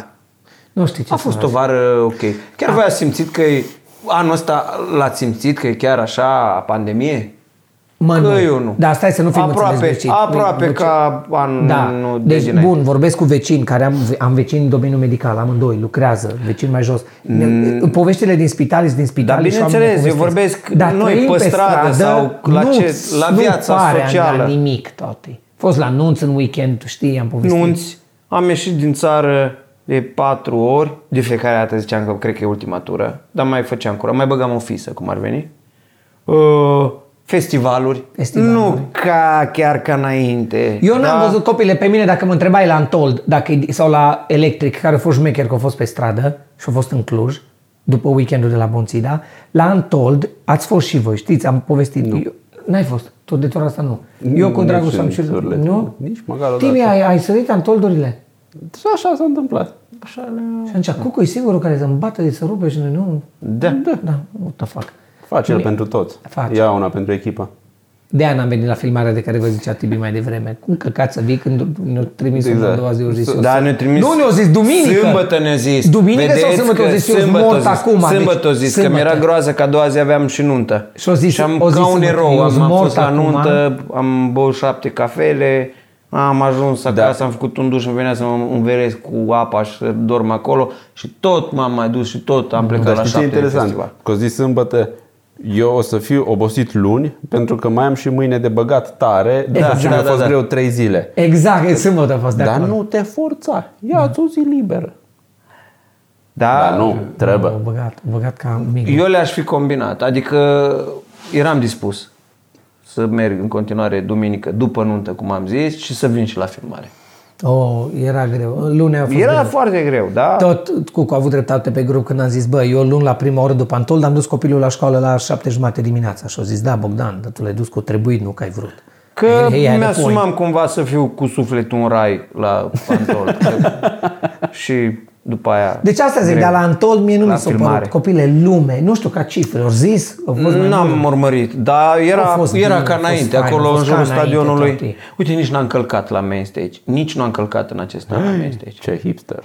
[SPEAKER 2] Nu știu Ah. ce să
[SPEAKER 3] A
[SPEAKER 2] Ah.
[SPEAKER 3] fost
[SPEAKER 2] fac.
[SPEAKER 3] o vară ok. Chiar voi ați simțit că e, anul ăsta l-ați simțit că e chiar așa pandemie?
[SPEAKER 2] Mă,
[SPEAKER 3] Că eu nu.
[SPEAKER 2] Dar stai să nu fim
[SPEAKER 3] Aproape-
[SPEAKER 2] înțeles greșit.
[SPEAKER 3] aproape
[SPEAKER 2] Nu- nu-
[SPEAKER 3] ca anul
[SPEAKER 2] da.
[SPEAKER 3] de
[SPEAKER 2] Deci,
[SPEAKER 3] dinainte.
[SPEAKER 2] bun, vorbesc cu vecini care am, am vecini în domeniul medical, amândoi, lucrează, vecini mai jos. Ne, Poveștile din spital sunt din spital.
[SPEAKER 3] Mm. Dar
[SPEAKER 2] și oamenii
[SPEAKER 3] bineînțeles, eu
[SPEAKER 2] povestesc.
[SPEAKER 3] vorbesc noi
[SPEAKER 2] trăim
[SPEAKER 3] pe
[SPEAKER 2] pe
[SPEAKER 3] stradă sau la
[SPEAKER 2] nu,
[SPEAKER 3] ce- la viața
[SPEAKER 2] nu pare
[SPEAKER 3] socială.
[SPEAKER 2] La nimic toate. Fost la nunți în weekend, tu știi, am povestit.
[SPEAKER 3] Nunți. Am ieșit din țară de patru ori. De fiecare dată ziceam că cred că e ultima tură. Dar mai făceam cură. Mai băgam o fisă, cum ar veni. Uh, festivaluri.
[SPEAKER 2] Festivaluri.
[SPEAKER 3] Nu ca chiar ca înainte. Da.
[SPEAKER 2] Eu n-am
[SPEAKER 3] dar-
[SPEAKER 2] văzut copile pe mine dacă mă întrebai la Antold dacă, e- sau la Electric, care a fost șmecher că a fost pe stradă și a fost în Cluj, după weekendul de la Bonțida. La Antold ați fost și voi, știți, am povestit. Nu. Eu, n-ai fost, tot de tora asta nu. Eu cu
[SPEAKER 1] Nici
[SPEAKER 2] Dragoș
[SPEAKER 1] în
[SPEAKER 2] am și
[SPEAKER 1] țările.
[SPEAKER 2] Nu?
[SPEAKER 1] Nici măcar o
[SPEAKER 2] Timi,
[SPEAKER 1] dată.
[SPEAKER 2] ai, ai sărit Antoldurile?
[SPEAKER 1] Și Așa s-a întâmplat.
[SPEAKER 3] Așa le-
[SPEAKER 2] Și atunci, Cucu e singurul care se îmbată de să rupe și noi nu...
[SPEAKER 3] Da. da.
[SPEAKER 2] Da, what the fuck.
[SPEAKER 1] Face el pentru toți.
[SPEAKER 2] Face.
[SPEAKER 1] Ia una pentru echipă.
[SPEAKER 2] De aia n-am venit la filmarea de care vă zicea Tibi mai devreme. Cum căcat să vii când ne-o trimis exact.
[SPEAKER 1] Exact.
[SPEAKER 2] a doua zi, o zis eu.
[SPEAKER 3] Da, ne-a trimis.
[SPEAKER 2] Nu, ne-o zis duminică.
[SPEAKER 3] Sâmbătă ne-a zis.
[SPEAKER 2] Duminică sau
[SPEAKER 3] Vedeți
[SPEAKER 2] sâmbătă?
[SPEAKER 3] că
[SPEAKER 2] O zis eu,
[SPEAKER 3] sâmbătă
[SPEAKER 2] mort
[SPEAKER 3] o zis.
[SPEAKER 2] acum.
[SPEAKER 3] Sâmbătă o
[SPEAKER 2] Deci,
[SPEAKER 3] zis, că mi-era
[SPEAKER 2] sâmbătă.
[SPEAKER 3] groază că a doua zi aveam și nuntă.
[SPEAKER 2] Și-o zis-
[SPEAKER 3] și am
[SPEAKER 2] o zis
[SPEAKER 3] ca un
[SPEAKER 2] sâmbătă,
[SPEAKER 3] erou,
[SPEAKER 2] eu
[SPEAKER 3] am,
[SPEAKER 2] sunt
[SPEAKER 3] am
[SPEAKER 2] mort
[SPEAKER 3] fost la
[SPEAKER 2] acum.
[SPEAKER 3] nuntă, am băut șapte cafele, am
[SPEAKER 2] Da.
[SPEAKER 3] ajuns acasă, am făcut un duș, îmi venea să mă înveresc cu apa și să dorm acolo și tot m-am mai dus și tot
[SPEAKER 2] Da,
[SPEAKER 3] am plecat la
[SPEAKER 1] Dar știi ce e
[SPEAKER 3] șapte de
[SPEAKER 1] interesant?
[SPEAKER 3] festival.
[SPEAKER 1] Că o zi sâmbătă eu o să fiu obosit luni pentru că mai am și mâine de băgat tare după
[SPEAKER 3] Da,
[SPEAKER 1] ce
[SPEAKER 3] da,
[SPEAKER 1] mi-a
[SPEAKER 3] da,
[SPEAKER 1] fost
[SPEAKER 3] da.
[SPEAKER 1] greu 3 zile.
[SPEAKER 2] Exact, e sâmbătă a fost de
[SPEAKER 1] Dar
[SPEAKER 2] acord.
[SPEAKER 1] nu te forța. Ia-ți o zi liberă.
[SPEAKER 3] Da,
[SPEAKER 1] Dar nu,
[SPEAKER 2] Au
[SPEAKER 1] trebuie.
[SPEAKER 2] Oh, băgat, au băgat ca mic.
[SPEAKER 3] Eu le-aș fi combinat, adică eram dispus să merg în continuare duminică după nuntă, cum am zis, și să vin și la filmare.
[SPEAKER 2] Oh, era greu. Lunea a fost
[SPEAKER 3] Era
[SPEAKER 2] greu.
[SPEAKER 3] foarte greu, da?
[SPEAKER 2] Tot Cucu a avut dreptate pe grup când am zis, bă, eu luni la prima oră după Antol, am dus copilul la școală la șapte jumate dimineața. Și au zis, da, Bogdan, dar tu l-ai dus cu trebuit, nu că ai vrut.
[SPEAKER 3] Că
[SPEAKER 2] And he had a point.
[SPEAKER 3] mi-asumam cumva să fiu cu sufletul în rai la pantol. și după aia...
[SPEAKER 2] Deci asta zic,
[SPEAKER 3] greu.
[SPEAKER 2] dar la Antol mie nu
[SPEAKER 3] La
[SPEAKER 2] mi s-a
[SPEAKER 3] filmare. Mm.
[SPEAKER 2] părut. Copile, lume, nu știu ca cifre, au zis, au fost mai
[SPEAKER 3] N-am urmărit, dar
[SPEAKER 2] A
[SPEAKER 3] era,
[SPEAKER 2] fost
[SPEAKER 3] era
[SPEAKER 2] bine,
[SPEAKER 3] ca
[SPEAKER 2] a fost
[SPEAKER 3] înainte,
[SPEAKER 2] fain, a
[SPEAKER 3] acolo
[SPEAKER 2] fost
[SPEAKER 3] în
[SPEAKER 2] ca
[SPEAKER 3] jurul
[SPEAKER 2] înainte,
[SPEAKER 3] stadionului.
[SPEAKER 2] toate.
[SPEAKER 3] Uite, nici n-am călcat la main stage. Nici nu am călcat în acest an la main stage.
[SPEAKER 1] Ce hipster.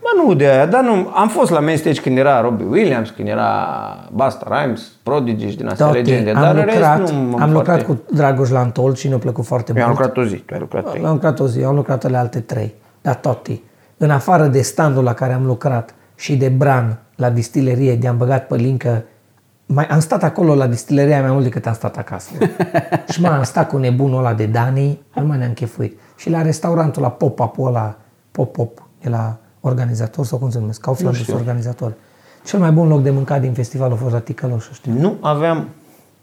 [SPEAKER 3] Bă, nu de aia, dar nu. Am fost la main stage când era Robbie Williams, când era Basta Rhymes, Prodigy și din astea
[SPEAKER 2] toate.
[SPEAKER 3] legende.
[SPEAKER 2] Am
[SPEAKER 3] dar în
[SPEAKER 2] lucrat,
[SPEAKER 3] rest, nu m-am
[SPEAKER 2] am lucrat
[SPEAKER 3] foarte-
[SPEAKER 2] cu Dragoș la Antol și ne-a plăcut foarte
[SPEAKER 3] Eu am
[SPEAKER 2] mult.
[SPEAKER 3] lucrat o zi, tu ai lucrat trei.
[SPEAKER 2] Am lucrat o zi, eu am lucrat la alte trei, dar toate. În afară de standul la care am lucrat și de bran la distilerie, de am băgat pe lincă, mai, am stat acolo la distileria mai mult decât am stat acasă. și mă, am stat cu nebunul ăla de Dani, nu mai ne-am chefuit. Și la restaurantul la pop-up ăla, pop-pop, de la organizator sau cum se numesc, Kaufland sunt organizator. Cel mai bun loc de mâncat din festival a fost la Ticăloș, știu.
[SPEAKER 3] Nu aveam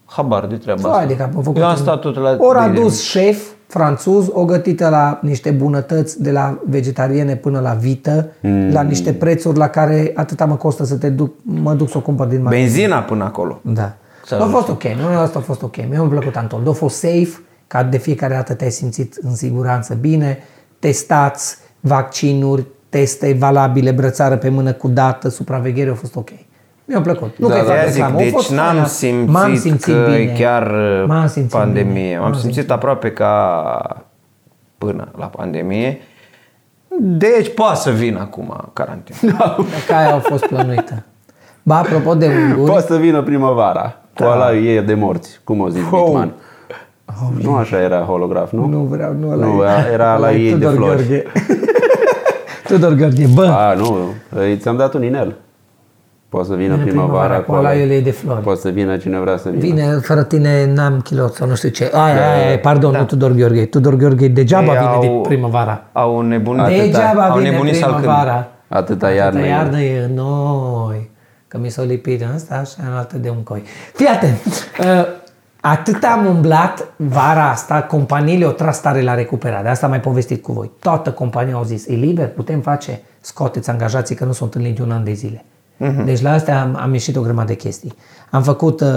[SPEAKER 3] habar de treaba
[SPEAKER 2] Bă,
[SPEAKER 3] asta.
[SPEAKER 2] adică am făcut
[SPEAKER 3] Eu am
[SPEAKER 2] un-
[SPEAKER 3] stat tot la...
[SPEAKER 2] Ori a
[SPEAKER 3] de-
[SPEAKER 2] dus șef franțuz, o gătită la niște bunătăți de la vegetariene până la vită, mm.
[SPEAKER 3] Hmm.
[SPEAKER 2] la niște prețuri la care atâta mă costă să te duc, mă duc să o cumpăr din magazin.
[SPEAKER 3] Benzina până acolo.
[SPEAKER 2] Da.
[SPEAKER 3] S-a
[SPEAKER 2] a
[SPEAKER 3] ajuns.
[SPEAKER 2] fost ok, nu, asta a fost ok. Mi-a plăcut Antol. A fost safe, ca de fiecare dată te-ai simțit în siguranță bine, testați, vaccinuri, teste valabile, brățară pe mână cu dată, supraveghere, a fost ok. Mi-a plăcut. Nu
[SPEAKER 3] Da,
[SPEAKER 2] că
[SPEAKER 3] da,
[SPEAKER 2] fac
[SPEAKER 3] zic,
[SPEAKER 2] reclamă, a
[SPEAKER 3] deci
[SPEAKER 2] fost
[SPEAKER 3] n-am
[SPEAKER 2] faină.
[SPEAKER 3] simțit,
[SPEAKER 2] M-am simțit
[SPEAKER 3] că
[SPEAKER 2] bine.
[SPEAKER 3] e chiar uh,
[SPEAKER 2] M-am simțit
[SPEAKER 3] pandemie.
[SPEAKER 2] bine.
[SPEAKER 3] M-am, simțit, aproape ca până la pandemie. Deci poate să vin acum carantină.
[SPEAKER 2] Dacă aia au fost plănuită. Ba, apropo de unguri,
[SPEAKER 1] Poate să vină primăvara.
[SPEAKER 2] Da.
[SPEAKER 1] Cu ala e de morți, cum o zis
[SPEAKER 3] Wow.
[SPEAKER 1] Bitman. Nu așa era holograf, nu?
[SPEAKER 2] nu vreau, nu ăla
[SPEAKER 1] Nu,
[SPEAKER 2] e.
[SPEAKER 1] era
[SPEAKER 2] Ăla
[SPEAKER 1] la
[SPEAKER 2] e
[SPEAKER 1] ei de
[SPEAKER 2] Tudor
[SPEAKER 1] flori.
[SPEAKER 2] Gheorghe. Tudor Gheorghe, bă,
[SPEAKER 1] A, nu, îi- ți-am dat un inel. Poate să vină
[SPEAKER 2] Vine
[SPEAKER 1] primăvara cu ala
[SPEAKER 2] ala e de flori.
[SPEAKER 1] Poate să vină cine vrea să vină.
[SPEAKER 2] Vine, fără tine n-am kilot sau nu știu ce. Aia, aia, aia pardon, nu Tudor Gheorghe. Tudor Gheorghe degeaba
[SPEAKER 3] Da, Ei
[SPEAKER 2] vine
[SPEAKER 3] au-
[SPEAKER 2] din primăvara.
[SPEAKER 3] Au nebunit.
[SPEAKER 2] Degeaba
[SPEAKER 3] Au
[SPEAKER 2] vine
[SPEAKER 3] nebunit să-l cânt.
[SPEAKER 2] primăvara.
[SPEAKER 1] Atâta
[SPEAKER 2] Iarna,
[SPEAKER 1] iarnă. e.
[SPEAKER 2] iarnă e în noi. Că mi s-a lipit în asta și în altă de un coi. Fii atent! Uh, Atât am umblat vara asta, companiile o tras tare la recuperare. Asta am mai povestit cu voi. Toată compania au zis, e liber, putem face, scoateți angajații că nu sunt în niciun an de zile.
[SPEAKER 1] Mhm.
[SPEAKER 2] Uh-huh. Deci la astea am, am ieșit o grămadă de chestii. Am făcut, uh,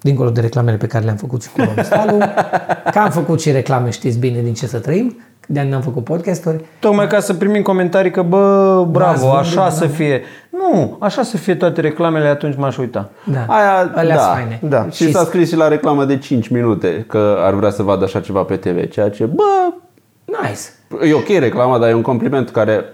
[SPEAKER 2] dincolo de reclamele pe care le-am făcut și cu Romstalu, că am făcut și reclame, știți bine din ce să trăim, de ani n-am făcut podcasturi.
[SPEAKER 3] Tocmai ca să primim comentarii că, bă, bravo,
[SPEAKER 2] vândut,
[SPEAKER 3] așa
[SPEAKER 2] da.
[SPEAKER 3] să fie. Nu, așa să fie toate reclamele, atunci m-aș uita.
[SPEAKER 2] Da.
[SPEAKER 1] Aia,
[SPEAKER 2] Alea
[SPEAKER 1] da,
[SPEAKER 2] sunt faine.
[SPEAKER 3] da.
[SPEAKER 1] Și s-a scris și la reclamă de 5 minute că ar vrea să vadă așa ceva pe TV, ceea ce, bă,
[SPEAKER 2] Nice.
[SPEAKER 1] e ok reclama, dar e un compliment care,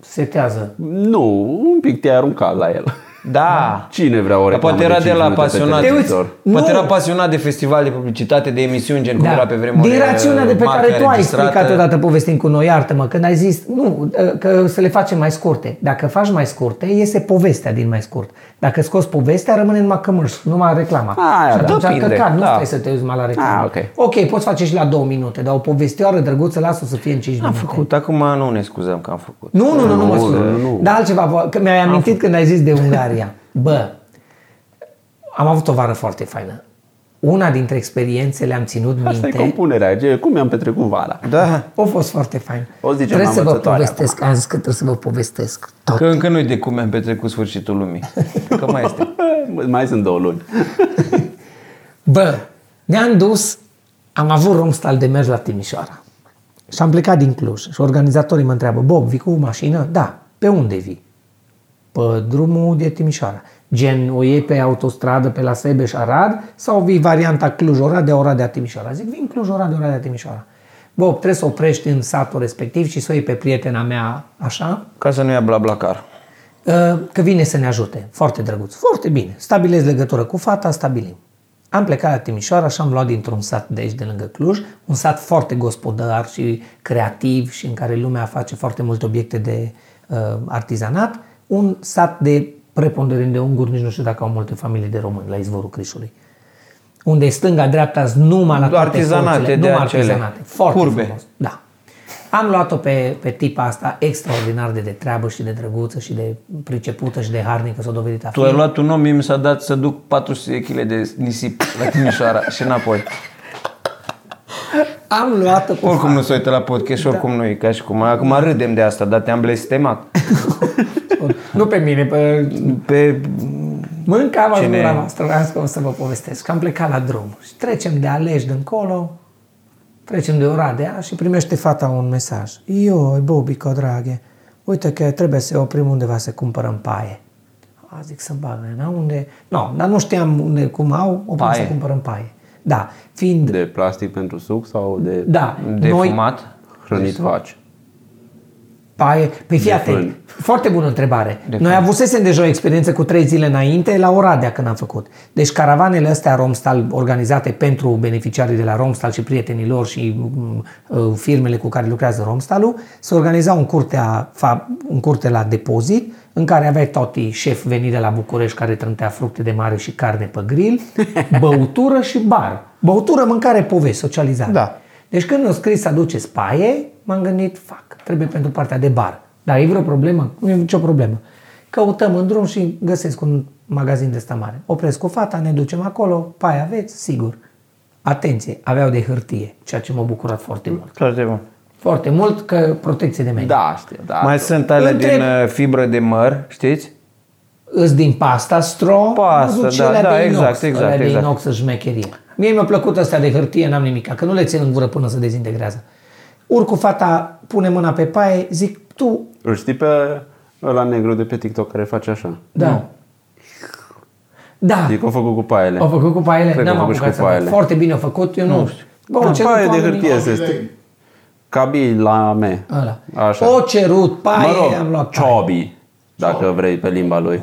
[SPEAKER 2] Setează.
[SPEAKER 1] nu, un pic te-ai aruncat la el.
[SPEAKER 3] Da.
[SPEAKER 1] Cine vrea o
[SPEAKER 3] Dar
[SPEAKER 1] reclamă
[SPEAKER 3] poate era de
[SPEAKER 1] cinci
[SPEAKER 3] la
[SPEAKER 1] minute pe
[SPEAKER 3] pasionat.
[SPEAKER 1] televizor?
[SPEAKER 2] Nu.
[SPEAKER 3] Poate era pasionat de festival, de publicitate, de emisiuni, gen cum era pe vremuri.
[SPEAKER 2] Da. Din
[SPEAKER 3] uh,
[SPEAKER 2] rațiunea de pe
[SPEAKER 3] marca
[SPEAKER 2] care tu ai
[SPEAKER 3] înregistrată.
[SPEAKER 2] explicat odată povestind cu noi, iartă-mă, când ai zis, nu, ă, că să le facem mai scurte. Dacă faci mai scurte, iese povestea din mai scurt. Dacă scoți povestea, rămâne numai cămâș, numai reclama.
[SPEAKER 1] Aia,
[SPEAKER 2] și
[SPEAKER 1] da.
[SPEAKER 2] atunci
[SPEAKER 3] Depinde,
[SPEAKER 2] căcat, nu
[SPEAKER 3] da.
[SPEAKER 2] stai să te uiți mai la reclamă.
[SPEAKER 1] Ah, ok.
[SPEAKER 2] ok, poți face și la două minute, dar o povestioară drăguță, lasă să fie în 5
[SPEAKER 3] Am
[SPEAKER 2] minute.
[SPEAKER 3] făcut, acum nu ne scuzăm că am făcut.
[SPEAKER 2] Nu, nu, nu, nu mă
[SPEAKER 1] Nu,
[SPEAKER 2] scuz.
[SPEAKER 1] nu, nu.
[SPEAKER 2] Dar altceva, vă- că mi-ai amintit când ai zis de Ungaria. Bă, am avut o vară foarte faină. Una dintre experiențele am ținut
[SPEAKER 1] Asta e
[SPEAKER 2] minte.
[SPEAKER 1] compunerea, ce- cum mi-am petrecut vara.
[SPEAKER 3] Da,
[SPEAKER 2] A fost foarte fain.
[SPEAKER 1] O zicem
[SPEAKER 2] trebuie să vă
[SPEAKER 1] amățătoare
[SPEAKER 2] povestesc, am zis că trebuie să vă povestesc tot.
[SPEAKER 3] că încă nu-i de cum am petrecut sfârșitul lumii. Că mai este.
[SPEAKER 1] Mai sunt două luni.
[SPEAKER 2] Bă, ne-am dus, am avut romstal de mers la Timișoara. Și am plecat din Cluj. Și organizatorii mă întreabă, Bob, vii cu mașină? Da. Pe unde vii? Pe drumul de Timișoara. Gen, o iei pe autostradă pe la Sebeș Arad sau vii varianta Cluj-Oradea, Oradea Timișoara? Zic, vin Cluj-Oradea, Oradea Timișoara. Bob, trebuie să oprești în satul respectiv și să o iei pe prietena mea, așa,
[SPEAKER 3] Ca să nu ia bla bla car.
[SPEAKER 2] Uh, că vine să ne ajute. Foarte drăguț. Foarte bine. Stabilez legătură cu fata, stabilim. Am plecat la Timișoara și am luat dintr-un sat de aici, de lângă Cluj, un sat foarte gospodar și creativ și în care lumea face foarte multe obiecte de uh, artizanat, un sat de preponderent de unguri, nici nu știu dacă au multe familii de români la izvorul Crișului. Unde stânga-dreapta numai la toate
[SPEAKER 3] Artizanate
[SPEAKER 2] părțile,
[SPEAKER 3] de
[SPEAKER 2] numai
[SPEAKER 3] acele
[SPEAKER 2] artizanate. Foarte
[SPEAKER 3] curbe.
[SPEAKER 2] frumos. Da. Am luat-o pe, pe tipa asta extraordinar de de treabă și de drăguță și de pricepută și de harnică s-a dovedit a fi.
[SPEAKER 3] Tu ai luat un om, mie mi s-a dat să duc 400 de kg de nisip la Timișoara și înapoi.
[SPEAKER 2] Am luat-o pe
[SPEAKER 3] Oricum nu se uită la podcast
[SPEAKER 2] Da.
[SPEAKER 3] și oricum nu e ca și cum. Acum râdem de asta, dar te-am blestemat.
[SPEAKER 2] Nu pe mine, pe
[SPEAKER 3] Pe...
[SPEAKER 2] mânca
[SPEAKER 3] Cine-
[SPEAKER 2] la voastră, vreau să- o să vă povestesc. Că am plecat la drum și trecem de Alești de încolo, trecem de Oradea și primește fata un mesaj. Ioi, Bobico, draghe, uite că trebuie să oprim undeva să cumpărăm paie. A, zic să bagă, na, unde? Nu, no, dar nu știam unde, cum au, oprim
[SPEAKER 3] Paie.
[SPEAKER 2] să cumpărăm paie. Da, fiind
[SPEAKER 1] De plastic pentru suc sau de
[SPEAKER 2] Da,
[SPEAKER 3] De
[SPEAKER 2] noi
[SPEAKER 3] fumat.
[SPEAKER 1] hrănit
[SPEAKER 3] Deci-
[SPEAKER 1] faci?
[SPEAKER 2] paie. Păi fii atent,
[SPEAKER 1] fân.
[SPEAKER 2] foarte bună întrebare.
[SPEAKER 3] De
[SPEAKER 2] noi avusesem deja o experiență cu trei zile înainte la Oradea când am făcut. Deci caravanele astea Romstal organizate pentru beneficiarii de la Romstal și prietenii lor și mm, uh, firmele cu care lucrează Romstalul, se organizau în curtea, fa- în curte la depozit în care aveai toti șef venit de la București care trântea fructe de mare și carne pe grill, băutură și bar. Băutură, mâncare, povești, socializare.
[SPEAKER 3] Da.
[SPEAKER 2] Deci când mi-a scris să aduce spaie, m-am gândit, fac, trebuie pentru partea de bar. Dar e vreo problemă? Nu e nicio problemă. Căutăm în drum și găsesc un magazin de ăsta mare. Opresc cu fata, ne ducem acolo, paie aveți, sigur. Atenție, aveau de hârtie, ceea ce m-a bucurat foarte mult.
[SPEAKER 3] Clar de bun.
[SPEAKER 2] Foarte mult că protecție de mediu.
[SPEAKER 1] Da, știu, da.
[SPEAKER 3] Mai sunt ale
[SPEAKER 2] Întreb-
[SPEAKER 3] din uh, fibră de măr, știți?
[SPEAKER 2] Îs din pasta straw,
[SPEAKER 3] Pastă,
[SPEAKER 2] văzut și
[SPEAKER 3] da,
[SPEAKER 2] alea
[SPEAKER 3] da,
[SPEAKER 2] de inox,
[SPEAKER 3] exact, exact,
[SPEAKER 2] alea de
[SPEAKER 3] exact.
[SPEAKER 2] inox și șmecherie. Mie mi-a plăcut astea de hârtie, n-am nimic, că nu le țin în gură până se dezintegrează. Urc cu fata, pune mâna pe paie, zic, tu,
[SPEAKER 1] Îl știi pe la negru de pe TikTok care face așa?
[SPEAKER 2] da. Da,
[SPEAKER 1] Știi că o făcut cu paiele.
[SPEAKER 2] au făcut cu paiele,
[SPEAKER 1] Cred că
[SPEAKER 2] n-am
[SPEAKER 1] au făcut și
[SPEAKER 2] apucat
[SPEAKER 1] cu
[SPEAKER 2] să fac.
[SPEAKER 1] paiele.
[SPEAKER 2] Foarte bine au făcut, eu nu, știu. Bă, au
[SPEAKER 1] Cu
[SPEAKER 2] cerut
[SPEAKER 1] paie de
[SPEAKER 2] oamenii-
[SPEAKER 1] hârtie se stă. Cabii la me.
[SPEAKER 2] Ăla.
[SPEAKER 1] Așa.
[SPEAKER 2] O cerut paie,
[SPEAKER 1] mă rog,
[SPEAKER 2] am luat paie.
[SPEAKER 1] ciobi, dacă vrei pe limba lui.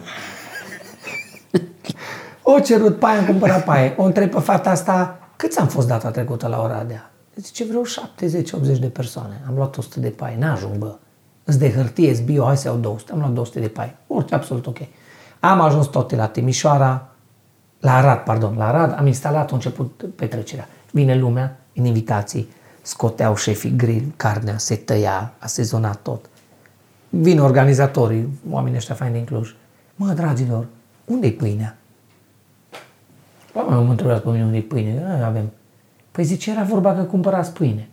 [SPEAKER 2] O cerut paie, am cumpărat paie. O întreb pe fata asta, câți am fost data trecută la Oradea? Zice, vreo 70-80 de persoane. Am luat 100 de paie, n-ajung, bă. Îs de hârtie, îs bio, hai să iau 200. Am luat 200 de paie. Orice, absolut ok. Am ajuns tot la Timișoara, la Arad, pardon, la Arad, am instalat, a început petrecerea. Vine lumea, în invitații, scoteau șefii grill, carnea se tăia, a sezonat tot. Vin organizatorii, oamenii ăștia faini din Cluj. Mă, dragilor, unde-i pâinea? Oamenii mă întrebați pe mine unde e pâine. Nu avem. Păi zice, era vorba că cumpărați pâine.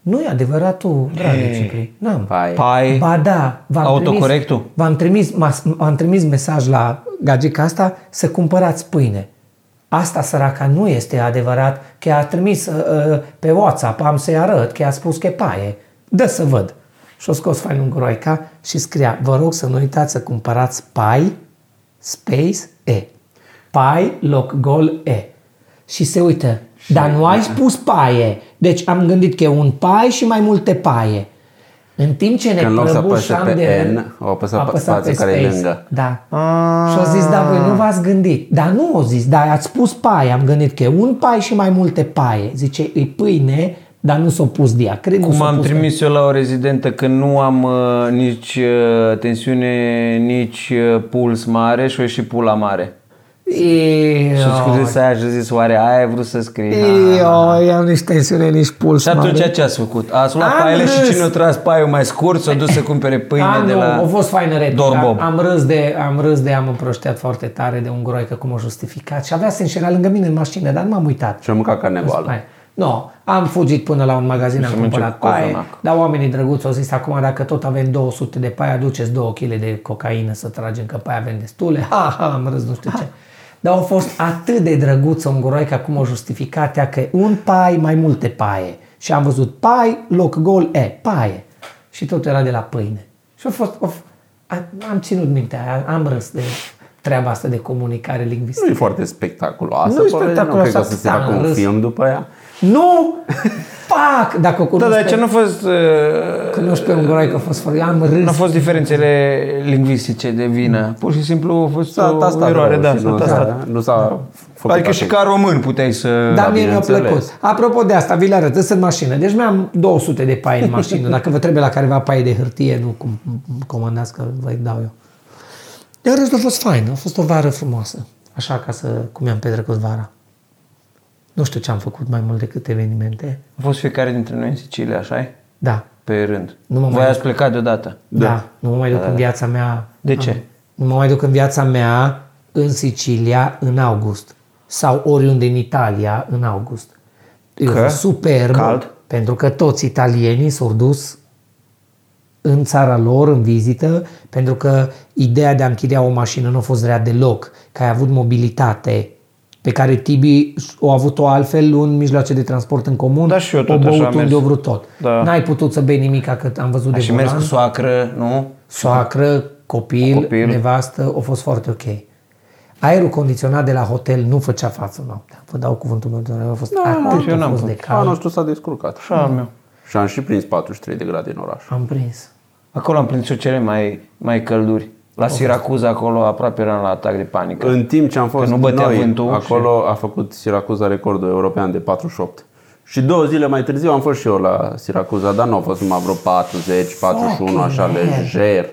[SPEAKER 2] Nu e adevăratul, dragi cipri. N-am.
[SPEAKER 1] Pai.
[SPEAKER 3] Pai.
[SPEAKER 2] Ba da, v-am
[SPEAKER 3] Autocorectul?
[SPEAKER 2] Trimis, v-am, trimis, mas- v-am trimis mesaj la gagica asta să cumpărați pâine. Asta săraca nu este adevărat, că a trimis uh, uh, pe WhatsApp, am să-i arăt, că a spus că e paie. Dă să văd. Și-o scos fainul în groica și scria, vă rog să nu uitați să cumpărați pai, space, e. Pai, loc, gol, e. Și se uită, dar nu ai spus paie. Deci am gândit că e un pai și mai multe paie. În timp ce ne
[SPEAKER 1] Că în loc să apese
[SPEAKER 2] prăbușam
[SPEAKER 1] pe
[SPEAKER 2] de râd,
[SPEAKER 1] N, au apăsat pe
[SPEAKER 2] apăsat
[SPEAKER 1] spațiu care e
[SPEAKER 2] space.
[SPEAKER 1] lângă.
[SPEAKER 2] Da. Și au zis, da, voi nu v-ați gândit. Dar nu au zis, dar ați spus paie. Am gândit că e un pai și mai multe paie. Zice, îi pâine, dar nu s-o pus diacrit. nu
[SPEAKER 3] Cum
[SPEAKER 2] s-o
[SPEAKER 3] am
[SPEAKER 2] pus
[SPEAKER 3] trimis eu la o rezidentă că nu am uh, nici uh, tensiune, nici uh, puls mare și o și pula mare.
[SPEAKER 2] E,
[SPEAKER 3] Și scuze să ai și zis, oare aia ai vrut să scrii? Ha, ha, ha.
[SPEAKER 2] eu, eu am nici tensiune, nici puls.
[SPEAKER 3] Da, Și atunci
[SPEAKER 2] mare.
[SPEAKER 3] ce ați făcut? Ați luat
[SPEAKER 2] Am
[SPEAKER 3] paiele și
[SPEAKER 2] râs.
[SPEAKER 3] cine o tras paiul mai scurt s-a dus să cumpere pâine
[SPEAKER 2] A,
[SPEAKER 3] de
[SPEAKER 2] Ah, nu,
[SPEAKER 3] la...
[SPEAKER 2] a fost faină replica.
[SPEAKER 3] Dorbob.
[SPEAKER 2] Am râs, de, am râs de, am împroșteat foarte tare de un groică cum o justificat și avea sens și era lângă mine în mașină, dar nu m-am uitat.
[SPEAKER 1] Și-a mâncat carne goală.
[SPEAKER 2] Hai. Nu, am fugit până la un magazin, am cumpărat
[SPEAKER 3] început cu
[SPEAKER 2] paie,
[SPEAKER 3] cozonac.
[SPEAKER 2] dar oamenii drăguți au zis acum dacă tot avem 200 de paie, aduceți 2 kg de cocaină să tragem, că paie avem destule. Ha, ha, am râs, nu știu ce. Dar au fost atât de drăguță un goroi că acum o justificatea că un pai, mai multe paie. Și am văzut pai, loc, gol, e, paie. Și tot era de la pâine. Și a fost, of, am ținut mintea aia, am râs de treaba asta de comunicare lingvistică.
[SPEAKER 1] Nu e foarte spectaculoasă.
[SPEAKER 2] Nu e
[SPEAKER 1] părerea,
[SPEAKER 2] spectaculoasă,
[SPEAKER 1] Nu cred că o să se
[SPEAKER 2] dar
[SPEAKER 1] facă
[SPEAKER 2] am
[SPEAKER 1] un
[SPEAKER 2] râs.
[SPEAKER 1] film după ea.
[SPEAKER 2] Nu! Fac! Dacă o
[SPEAKER 3] Da,
[SPEAKER 2] cunosc
[SPEAKER 3] dar
[SPEAKER 2] pe-
[SPEAKER 3] ce nu a fost... uh,
[SPEAKER 2] Cunoști pe un goroi că a fost foarte... Am râs.
[SPEAKER 3] Nu au fost diferențele lingvistice de vină. Pur și simplu a fost
[SPEAKER 1] S-a
[SPEAKER 3] o
[SPEAKER 1] tastat
[SPEAKER 3] eroare.
[SPEAKER 1] rău
[SPEAKER 3] Da,
[SPEAKER 1] și
[SPEAKER 3] s-a
[SPEAKER 1] nu
[SPEAKER 3] tastat.
[SPEAKER 1] s-a- nu s-a făcut
[SPEAKER 3] Adică și
[SPEAKER 1] atent.
[SPEAKER 3] ca român puteai să...
[SPEAKER 2] Dar mie mi-a
[SPEAKER 1] bineînțeles.
[SPEAKER 2] plăcut. Apropo de asta, vi le arăt. Sunt în mașină. Deci mi-am 200 de paie în mașină. Dacă vă trebuie la careva paie de hârtie, nu cum comandați că vă dau eu. Dar în rest a fost fain. A fost o vară frumoasă. Așa ca să... cum i-am petrecut vara. Nu știu ce am făcut mai mult decât evenimente.
[SPEAKER 3] A fost fiecare dintre noi în Sicilia, așa e?
[SPEAKER 2] Da.
[SPEAKER 3] Pe rând.
[SPEAKER 2] Nu mă mai
[SPEAKER 3] Voi ați plecat deodată.
[SPEAKER 2] Da. da. Nu mă mai duc în viața mea.
[SPEAKER 3] De ce?
[SPEAKER 2] Nu mă mai duc în viața mea în Sicilia în august. Sau oriunde în Italia în august. Eu
[SPEAKER 3] Că?
[SPEAKER 2] sunt superb.
[SPEAKER 3] Cald?
[SPEAKER 2] Pentru că toți italienii s-au dus în țara lor, în vizită, pentru că ideea de a închiria o mașină nu a fost rea deloc, că ai avut mobilitate pe care Tibi o a avut-o altfel în mijloace de transport în comun,
[SPEAKER 3] Da, și eu tot
[SPEAKER 2] o
[SPEAKER 3] așa
[SPEAKER 2] băut
[SPEAKER 3] am
[SPEAKER 2] unde
[SPEAKER 3] mers.
[SPEAKER 2] o vrut tot.
[SPEAKER 3] Da.
[SPEAKER 2] N-ai putut să bei nimic că am văzut de
[SPEAKER 3] Și mers cu
[SPEAKER 2] volan
[SPEAKER 3] soacră, nu?
[SPEAKER 2] soacră, copil,
[SPEAKER 3] Copil.
[SPEAKER 2] copil, nevastă, a fost foarte ok. Aerul condiționat de la hotel nu făcea față noaptea. Vă dau cuvântul meu, doamne, a fost da, atât,
[SPEAKER 3] eu
[SPEAKER 2] a
[SPEAKER 3] n-am
[SPEAKER 2] fost de
[SPEAKER 3] putut.
[SPEAKER 1] Anul
[SPEAKER 2] cald.
[SPEAKER 1] nostru s-a descurcat.
[SPEAKER 3] Așa al meu.
[SPEAKER 1] Și am și prins 43 de grade în oraș.
[SPEAKER 2] Am prins.
[SPEAKER 3] Acolo am prins eu cele mai, mai călduri. La Siracuza, acolo, aproape eram la atac de panică.
[SPEAKER 1] În timp ce am fost
[SPEAKER 3] Că nu bătea
[SPEAKER 1] noi,
[SPEAKER 3] vântul și-
[SPEAKER 1] acolo a făcut Siracuza recordul european de 48. Și două zile mai târziu am fost și eu la Siracuza, dar nu au fost numai vreo 40, 41, așa
[SPEAKER 2] Fucking hell.
[SPEAKER 1] lejer.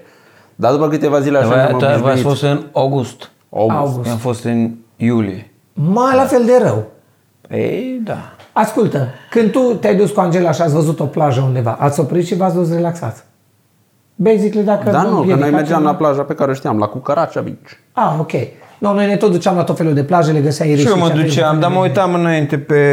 [SPEAKER 1] Dar după câteva zile așa
[SPEAKER 3] Voi-
[SPEAKER 1] ne-am
[SPEAKER 3] tu- Voi ați
[SPEAKER 1] obișnuit.
[SPEAKER 3] fost în august.
[SPEAKER 1] August.
[SPEAKER 3] Eu am fost în iulie.
[SPEAKER 2] Mai
[SPEAKER 1] Da.
[SPEAKER 2] la fel de rău.
[SPEAKER 3] Ei, da.
[SPEAKER 2] Ascultă, când tu te-ai dus cu Angela și ați văzut o plajă undeva, ați oprit și v-ați dus relaxați. Basically, dacă...
[SPEAKER 1] Dar Da, nu, că noi
[SPEAKER 2] împiedicați-
[SPEAKER 1] mergeam la plaja pe care o știam, la Cucaracha Beach.
[SPEAKER 2] Ah, ok. No, noi ne tot duceam la tot felul de plaje, le găseai
[SPEAKER 3] Și
[SPEAKER 2] iris
[SPEAKER 3] eu mă
[SPEAKER 2] cea-
[SPEAKER 3] duceam, dar mă uitam înainte pe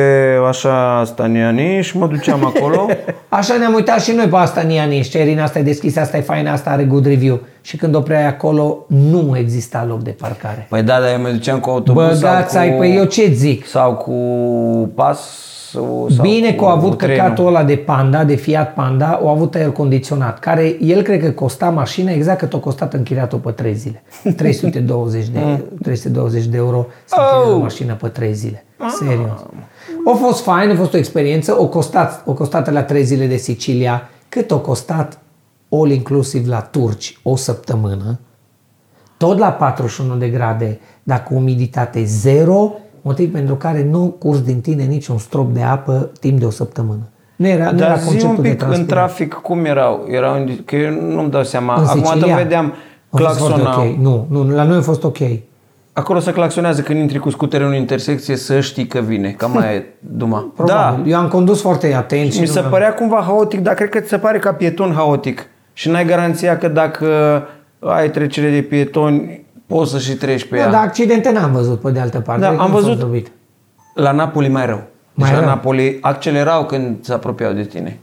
[SPEAKER 3] așa Staniani și mă duceam acolo.
[SPEAKER 2] Așa ne-am uitat și noi pe asta în Ianis. Cerina asta e deschisă, asta e faină, asta are good review. Și când opreai acolo, nu exista loc de parcare.
[SPEAKER 3] Păi da, dar eu mă duceam cu autobuz
[SPEAKER 2] Bă,
[SPEAKER 3] sau
[SPEAKER 2] dați
[SPEAKER 3] cu...
[SPEAKER 2] ai, păi eu ce zic?
[SPEAKER 3] Sau cu pas sau
[SPEAKER 2] Bine că
[SPEAKER 3] cu
[SPEAKER 2] au avut
[SPEAKER 3] trenul.
[SPEAKER 2] căcatul ăla de Panda, de Fiat Panda, au avut aer condiționat, care el cred că costa mașina exact cât o costat închiriat-o pe 3 zile. 320 de,
[SPEAKER 3] Mm.
[SPEAKER 2] 320 de euro să închiriat o mașină pe 3 zile.
[SPEAKER 3] Ah.
[SPEAKER 2] Serios. A fost fain, a fost o experiență, o costat, o costat la 3 zile de Sicilia, cât o costat all inclusiv la turci o săptămână, tot la 41 de grade, dar cu umiditate zero, motiv pentru care nu curs din tine niciun strop de apă timp de o săptămână. Nu era, nu
[SPEAKER 3] Dar
[SPEAKER 2] era
[SPEAKER 3] zi un
[SPEAKER 2] conceptul de
[SPEAKER 3] pic, în
[SPEAKER 2] transpirare.
[SPEAKER 3] trafic, cum erau? erau în- că eu nu-mi dau seama.
[SPEAKER 2] În
[SPEAKER 3] Acum
[SPEAKER 2] Sicilia
[SPEAKER 3] dată vedeam
[SPEAKER 2] a fost foarte
[SPEAKER 3] claxonau.
[SPEAKER 2] ok. Nu, nu, la noi a fost ok.
[SPEAKER 3] Acolo se claxonează când intri cu scuterul în intersecție să știi că vine. Cam mai e duma. Da,
[SPEAKER 2] Probabil. Da. Eu am condus foarte atent și
[SPEAKER 3] Mi
[SPEAKER 2] nu
[SPEAKER 3] se
[SPEAKER 2] mi-am-
[SPEAKER 3] părea cumva haotic, dar cred că ți se pare ca pieton haotic. Și n-ai garanția că dacă ai trecere de pietoni, poți să și treci pe
[SPEAKER 2] Da,
[SPEAKER 3] ea.
[SPEAKER 2] dar accidente n-am văzut pe de altă parte.
[SPEAKER 3] Da,
[SPEAKER 2] Cred că
[SPEAKER 3] am
[SPEAKER 2] nu s-au
[SPEAKER 3] văzut.
[SPEAKER 2] zdrobit.
[SPEAKER 3] La Napoli mai rău. Deci
[SPEAKER 2] Mai
[SPEAKER 3] la
[SPEAKER 2] rău.
[SPEAKER 3] Napoli accelerau când se apropiau de tine.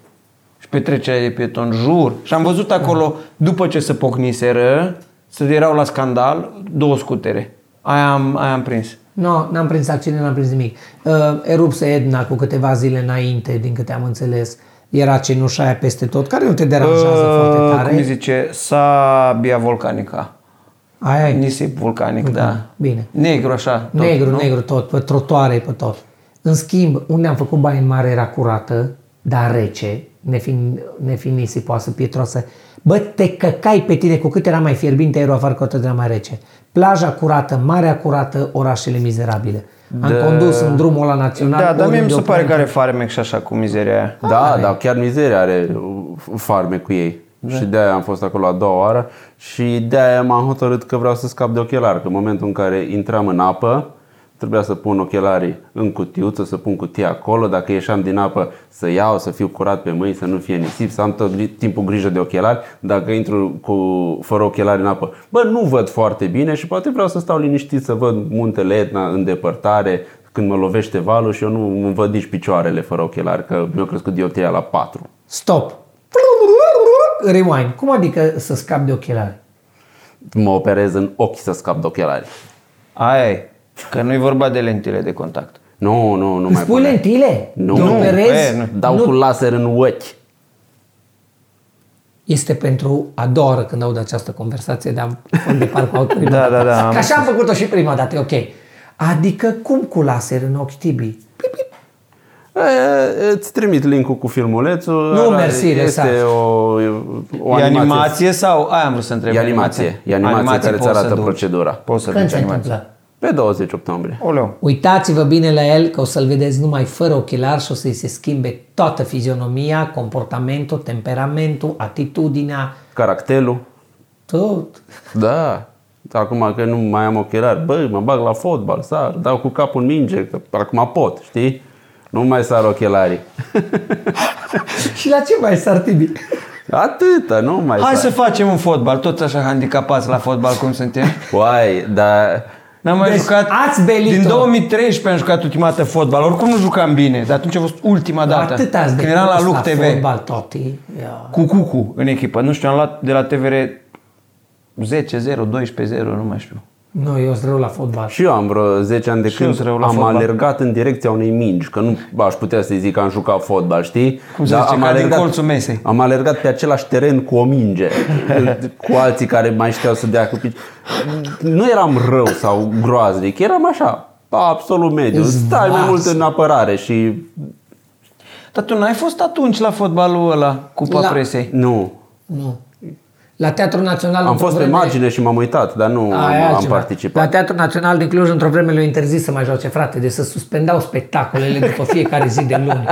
[SPEAKER 3] petrecerea de pieton, jur. Și am văzut acolo, după ce se pocniseră, să erau la scandal, două scutere. Aia am, aia am prins.
[SPEAKER 2] No, n-am prins acțiune, n-am prins nimic. Uh, erupse Edna cu câteva zile înainte, din câte am înțeles. Era cenușa aia peste tot, care nu te deranjează uh, foarte
[SPEAKER 3] Cum îi
[SPEAKER 2] tare.
[SPEAKER 3] zice? Sabia vulcanică.
[SPEAKER 2] Aia e.
[SPEAKER 3] Nisip vulcanic, da.
[SPEAKER 2] Bine.
[SPEAKER 3] Negru așa. tot,
[SPEAKER 2] negru,
[SPEAKER 3] nu?
[SPEAKER 2] negru tot, pe trotuare, pe tot. În schimb, unde am făcut bani în mare era curată, dar rece, nefiind, nefiind nisipoasă, pietroasă. Bă, te căcai pe tine cu cât era mai fierbinte aerul afară, cu atât era mai rece. Plaja curată, marea curată, orașele mizerabile. Am condus în drumul la național.
[SPEAKER 3] Da, dar mie mi
[SPEAKER 2] oriunde
[SPEAKER 3] se pare
[SPEAKER 2] opream.
[SPEAKER 3] că are farmec și așa cu mizeria aia.
[SPEAKER 1] Da, dar chiar mizeria are uh, farme cu ei. Da. Și de-aia am fost acolo a doua oară și de-aia m-am hotărât că vreau să scap de ochelari. Că în momentul în care intram în apă, trebuia să pun ochelarii în cutiuță, să pun cutia acolo. Dacă ieșeam din apă, să iau, să fiu curat pe mâini, să nu fie nisip, să am tot li- timpul grijă de ochelari. Dacă intru cu, fără ochelari în apă, bă, nu văd foarte bine și poate vreau să stau liniștit să văd muntele Etna în depărtare, când mă lovește valul și eu nu îmi văd nici picioarele fără ochelari, că mi-a crescut dioptria la 4.
[SPEAKER 2] Stop! Rewind. Cum adică să scap de ochelari?
[SPEAKER 1] Mă operez în ochi să scap de ochelari.
[SPEAKER 3] Aia e. Că nu-i vorba de lentile de contact.
[SPEAKER 1] Nu, nu, nu mai
[SPEAKER 2] Îți pui
[SPEAKER 1] pune.
[SPEAKER 2] lentile?
[SPEAKER 1] Nu.
[SPEAKER 2] Te
[SPEAKER 1] Nu,
[SPEAKER 2] operezi?
[SPEAKER 3] e, nu.
[SPEAKER 1] Dau
[SPEAKER 2] Nu
[SPEAKER 1] cu laser în ochi.
[SPEAKER 2] este pentru a doua oară când aud această conversație, dar am fost de parcă aud prima
[SPEAKER 3] Da,
[SPEAKER 2] dată.
[SPEAKER 3] da, da, am
[SPEAKER 2] Că așa am făcut-o și prima dată, e ok. Adică cum cu laser în ochi, Tibi? Pip, pip.
[SPEAKER 1] E, Îți trimit link-ul cu filmulețul.
[SPEAKER 2] Nu,
[SPEAKER 1] Are-
[SPEAKER 2] mersi,
[SPEAKER 1] Este
[SPEAKER 2] lăsați.
[SPEAKER 1] o, o
[SPEAKER 3] e
[SPEAKER 1] animație.
[SPEAKER 3] animație sau? Aia am vrut să întreb.
[SPEAKER 1] E animație. E animație care îți
[SPEAKER 3] poți
[SPEAKER 1] arată
[SPEAKER 3] să duci.
[SPEAKER 1] procedura.
[SPEAKER 3] Poți să
[SPEAKER 2] Când
[SPEAKER 3] duci
[SPEAKER 2] se
[SPEAKER 3] animație.
[SPEAKER 2] întâmplă?
[SPEAKER 1] Pe 20 octombrie.
[SPEAKER 3] Oleu.
[SPEAKER 2] Uitați-vă bine la el că o să-l vedeți numai fără ochelari și o să-i se schimbe toată fizionomia, comportamentul, temperamentul, atitudinea,
[SPEAKER 1] Caractelul.
[SPEAKER 2] tot.
[SPEAKER 1] Da. Acum că nu mai am ochelari, băi, mă bag la fotbal, sar, dau cu capul în minge, că acum pot, știi? Nu mai sar ochelarii.
[SPEAKER 2] și la ce mai s-ar Tibi?
[SPEAKER 1] Atâta, nu mai
[SPEAKER 3] Hai
[SPEAKER 1] sar.
[SPEAKER 3] să facem un fotbal, toți așa handicapați la fotbal cum suntem.
[SPEAKER 1] Uai, dar
[SPEAKER 3] N-am mai
[SPEAKER 2] Deci,
[SPEAKER 3] jucat.
[SPEAKER 2] ați belit-o.
[SPEAKER 3] Din 2013 am jucat ultima dată fotbal. Oricum nu jucam bine, dar atunci a fost ultima dată.
[SPEAKER 2] Atât ați de
[SPEAKER 3] Da, când eram la
[SPEAKER 2] prost
[SPEAKER 3] Luc TV.
[SPEAKER 2] fotbal tot. e- ia.
[SPEAKER 3] Cu Cucu în echipă. Nu știu, am luat de la TVR 10-0, 12-0, nu mai știu.
[SPEAKER 2] Nu, eu sunt rău la fotbal.
[SPEAKER 1] și eu am vreo 10 ani de
[SPEAKER 3] eu
[SPEAKER 1] când
[SPEAKER 3] sunt rău la
[SPEAKER 1] am
[SPEAKER 3] fotbal.
[SPEAKER 1] alergat în direcția unei mingi, că nu aș putea să-i zic că am jucat fotbal, știi?
[SPEAKER 3] Cum se zice, ca din colțul mesei.
[SPEAKER 1] Am alergat pe același teren cu o minge, cu alții care mai știau să dea cu pici. Nu eram rău sau groaznic, eram așa, absolut mediu.
[SPEAKER 2] Îți
[SPEAKER 1] Stai mai
[SPEAKER 2] vas.
[SPEAKER 1] mult în apărare și
[SPEAKER 3] Dar tu n-ai fost atunci la fotbalul ăla, Cupa
[SPEAKER 2] La-
[SPEAKER 3] Presei?
[SPEAKER 1] nu.
[SPEAKER 2] Nu. La Teatrul Național
[SPEAKER 1] Am
[SPEAKER 2] într-o
[SPEAKER 1] fost pe
[SPEAKER 2] vreme-
[SPEAKER 1] margine și m-am uitat, dar nu
[SPEAKER 2] Aia e
[SPEAKER 1] am, am
[SPEAKER 2] altceva.
[SPEAKER 1] participat.
[SPEAKER 2] La Teatrul Național din Cluj, într-o vreme le-au interzis să mai joace, frate, de să suspendau spectacolele după fiecare zi de luni.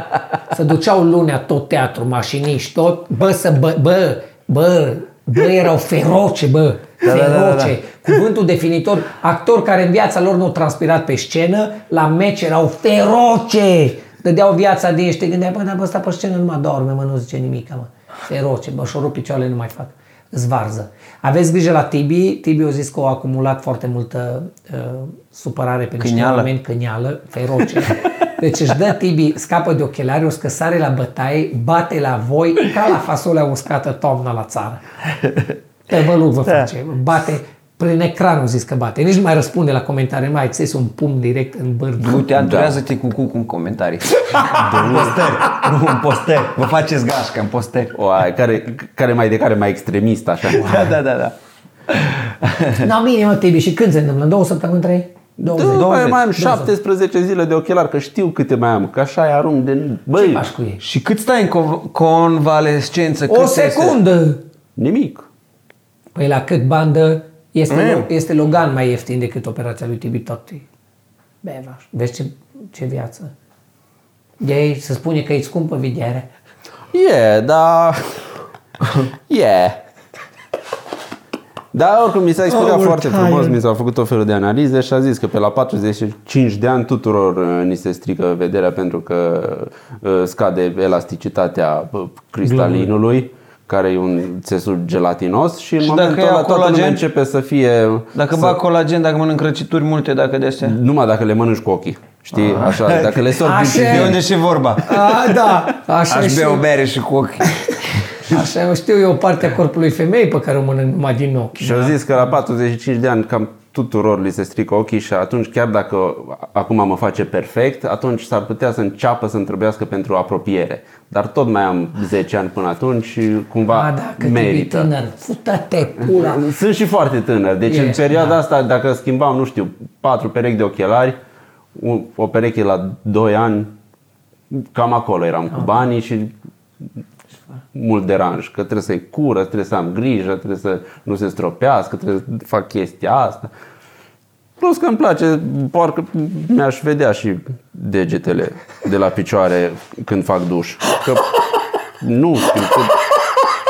[SPEAKER 2] Să duceau lunea tot teatru, mașiniști, tot. Bă, să bă, bă, bă, bă, erau feroce, bă.
[SPEAKER 3] Da, da,
[SPEAKER 2] feroce.
[SPEAKER 3] da, da, da.
[SPEAKER 2] Cuvântul definitor, actori care în viața lor nu au transpirat pe scenă, la meci erau feroce. Dădeau viața de ei și te gândeai, bă, dar bă, ăsta pe scenă nu mă doarme, mă, nu zice nimic, mă. Feroce, bă, și-o rup picioarele, nu mai fac. Zvarză. Aveți grijă la Tibi. Tibi a zis că a acumulat foarte multă uh, supărare pe niște
[SPEAKER 3] Câineală.
[SPEAKER 2] oameni, câineală, feroce. Deci își dă Tibi, scapă de ochelari, o scăsare la bătaie, bate la voi ca la fasolea uscată toamna la țară. Tăvălul vă face, bate prin ecran, zis că bate. Nici nu mai răspunde la comentarii, mai țes un pumn direct în bârd.
[SPEAKER 3] Uite, anturează-te cu Cucu în comentarii. în postări, nu în postări. Vă faceți gașcă în postări.
[SPEAKER 1] Oai, care, care mai de care mai extremist, așa.
[SPEAKER 3] Da, da, da, da.
[SPEAKER 2] Na, bine, mă, Tibi, și când se întâmplă? În două săptămâni, trei? Două
[SPEAKER 1] Da,
[SPEAKER 2] zile?
[SPEAKER 1] mai, mai am
[SPEAKER 2] 20.
[SPEAKER 1] 17 zile de ochelari, că știu câte mai am, că așa e arunc de...
[SPEAKER 2] Ce
[SPEAKER 1] Băi,
[SPEAKER 2] faci cu ei?
[SPEAKER 3] Și cât stai în conv- convalescență?
[SPEAKER 2] O
[SPEAKER 3] Cât este?
[SPEAKER 2] secundă!
[SPEAKER 1] nimic.
[SPEAKER 2] Păi la cât bandă este,
[SPEAKER 3] Mm.
[SPEAKER 2] mm. este Logan mai ieftin decât operația lui Tibi Totti. Bevaș. Vezi ce, ce viață. Ei se spune că e scumpă viderea.
[SPEAKER 1] E, yeah, da... E. Yeah. Dar oricum mi s-a explicat
[SPEAKER 2] Oh, we're
[SPEAKER 1] foarte
[SPEAKER 2] tired.
[SPEAKER 1] frumos, mi s-au făcut tot felul de analize și a zis că pe la 45 de ani tuturor uh, ni se strică vederea pentru că uh, scade elasticitatea uh, cristalinului, care e un țesut gelatinos și în
[SPEAKER 3] Și dacă
[SPEAKER 1] momentul
[SPEAKER 3] ia
[SPEAKER 1] ăla toată lumea
[SPEAKER 3] colagen?
[SPEAKER 1] începe să fie...
[SPEAKER 3] Dacă
[SPEAKER 1] să-
[SPEAKER 3] bag colagen, dacă mănânc răcituri multe, dacă de astea.
[SPEAKER 1] Numai dacă le mănânci cu ochii. Știi? Așa, dacă le sorbi
[SPEAKER 2] Așa
[SPEAKER 1] din
[SPEAKER 2] e.
[SPEAKER 1] privire.
[SPEAKER 3] De unde și vorba?
[SPEAKER 2] A, da, așa
[SPEAKER 3] Aș
[SPEAKER 2] și...
[SPEAKER 3] bea o bere și cu ochii.
[SPEAKER 2] Așa, știu eu partea corpului femei pe care o mănânc numai din ochi.
[SPEAKER 1] Și au zis că la 45 de ani cam tuturor li se strică ochii și atunci chiar dacă acum mă face perfect, atunci s-ar putea să înceapă să întrebească pentru apropiere. Dar tot mai am 10 ani până atunci și cumva
[SPEAKER 2] A, da, că
[SPEAKER 1] merită.
[SPEAKER 2] merită. tânăr, fută-te pula.
[SPEAKER 1] Sunt și foarte tânăr, deci
[SPEAKER 2] E, da.
[SPEAKER 1] în perioada asta, dacă schimbam, nu știu, patru perechi de ochelari, un- o pereche la 2 ani, cam acolo eram
[SPEAKER 2] Ah.
[SPEAKER 1] cu banii și mult deranj, că trebuie să-i cură, trebuie să am grijă, trebuie să nu se stropească, trebuie să fac chestia asta. Plus că îmi place, parcă mi-aș vedea și degetele de la picioare când fac duș. Că nu știu, că,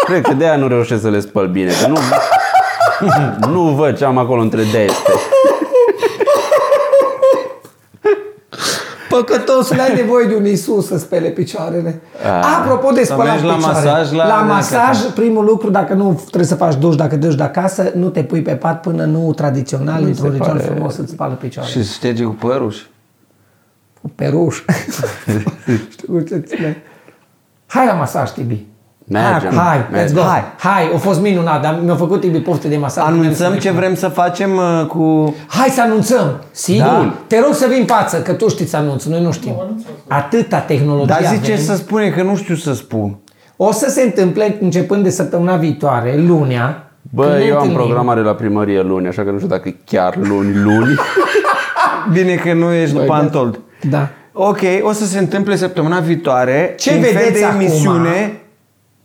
[SPEAKER 1] cred că de-aia nu reușesc să le spăl bine, că nu, nu văd ce am acolo între degete.
[SPEAKER 2] Păcătosul ai nevoie de un Isus să spele picioarele. A, Apropo de spălat
[SPEAKER 3] mergi la
[SPEAKER 2] picioarele.
[SPEAKER 3] masaj, la-
[SPEAKER 2] la
[SPEAKER 3] de-
[SPEAKER 2] masaj, primul lucru, dacă nu trebuie să faci duș, dacă te duci de acasă, nu te pui pe pat până nu tradițional, într-un ritual
[SPEAKER 3] pare-
[SPEAKER 2] frumos să-ți spală picioarele.
[SPEAKER 3] Și șterge cu părul și...
[SPEAKER 2] Cu peruș. Știu cum să-ți spun. Hai la masaj, Tibi.
[SPEAKER 1] Mergem.
[SPEAKER 2] Hai, hai, let's
[SPEAKER 1] Mergem.
[SPEAKER 2] go. Hai. hai, a fost minunat, dar mi-a făcut Tibi poftă de masaj.
[SPEAKER 3] Anunțăm ce vrem să facem uh, cu...
[SPEAKER 2] Hai să anunțăm! Sigur!
[SPEAKER 3] Da.
[SPEAKER 2] Te rog să vii în față, că tu știi să anunți, noi nu știm. Atâta tehnologie
[SPEAKER 3] Dar zice
[SPEAKER 2] avem.
[SPEAKER 3] să spune că nu știu să spun.
[SPEAKER 2] O să se întâmple începând de săptămâna viitoare, lunea. când
[SPEAKER 1] Bă,
[SPEAKER 2] ne
[SPEAKER 1] eu am
[SPEAKER 2] întâlnim.
[SPEAKER 1] programare la primărie luni, așa că nu știu dacă chiar luni, luni.
[SPEAKER 3] Bine că nu ești după Antold.
[SPEAKER 2] Da.
[SPEAKER 3] Ok, o să se întâmple săptămâna viitoare.
[SPEAKER 2] Ce
[SPEAKER 3] un fel
[SPEAKER 2] vedeți
[SPEAKER 3] de
[SPEAKER 2] acum?
[SPEAKER 3] emisiune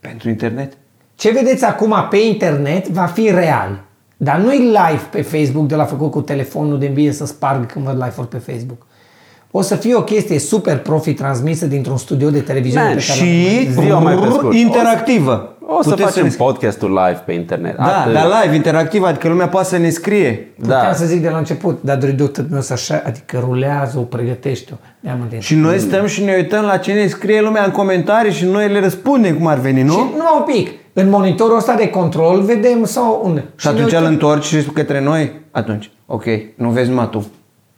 [SPEAKER 3] pentru internet.
[SPEAKER 2] Ce vedeți acum pe internet va fi real. Dar nu-i live pe Facebook de la făcut cu telefonul de îmbie să sparg când văd live-uri pe Facebook. O să fie o chestie super profi transmisă dintr-un studio de televiziune
[SPEAKER 1] Man,
[SPEAKER 2] pe care
[SPEAKER 3] Și
[SPEAKER 1] Ziua mai pe scurt.
[SPEAKER 3] interactivă.
[SPEAKER 1] O să
[SPEAKER 3] Puteți
[SPEAKER 1] facem
[SPEAKER 3] ne-
[SPEAKER 1] podcastul live pe internet.
[SPEAKER 3] Da,
[SPEAKER 1] Atât.
[SPEAKER 3] dar live, interactiv, adică lumea poate să ne scrie.
[SPEAKER 2] Puteam
[SPEAKER 1] da.
[SPEAKER 2] să zic de la început, dar Dridu tot meu să așa, adică rulează, o pregătește-o. Ne-am întâlnit.
[SPEAKER 3] Și noi stăm și ne uităm la ce ne scrie lumea în comentarii și noi le răspundem cum ar veni, nu?
[SPEAKER 2] Și numai un pic. În monitorul ăsta de control vedem sau un...
[SPEAKER 3] Și atunci
[SPEAKER 2] ne
[SPEAKER 3] îl
[SPEAKER 2] uităm.
[SPEAKER 3] întorci și către noi? Atunci, ok, nu vezi numai tu.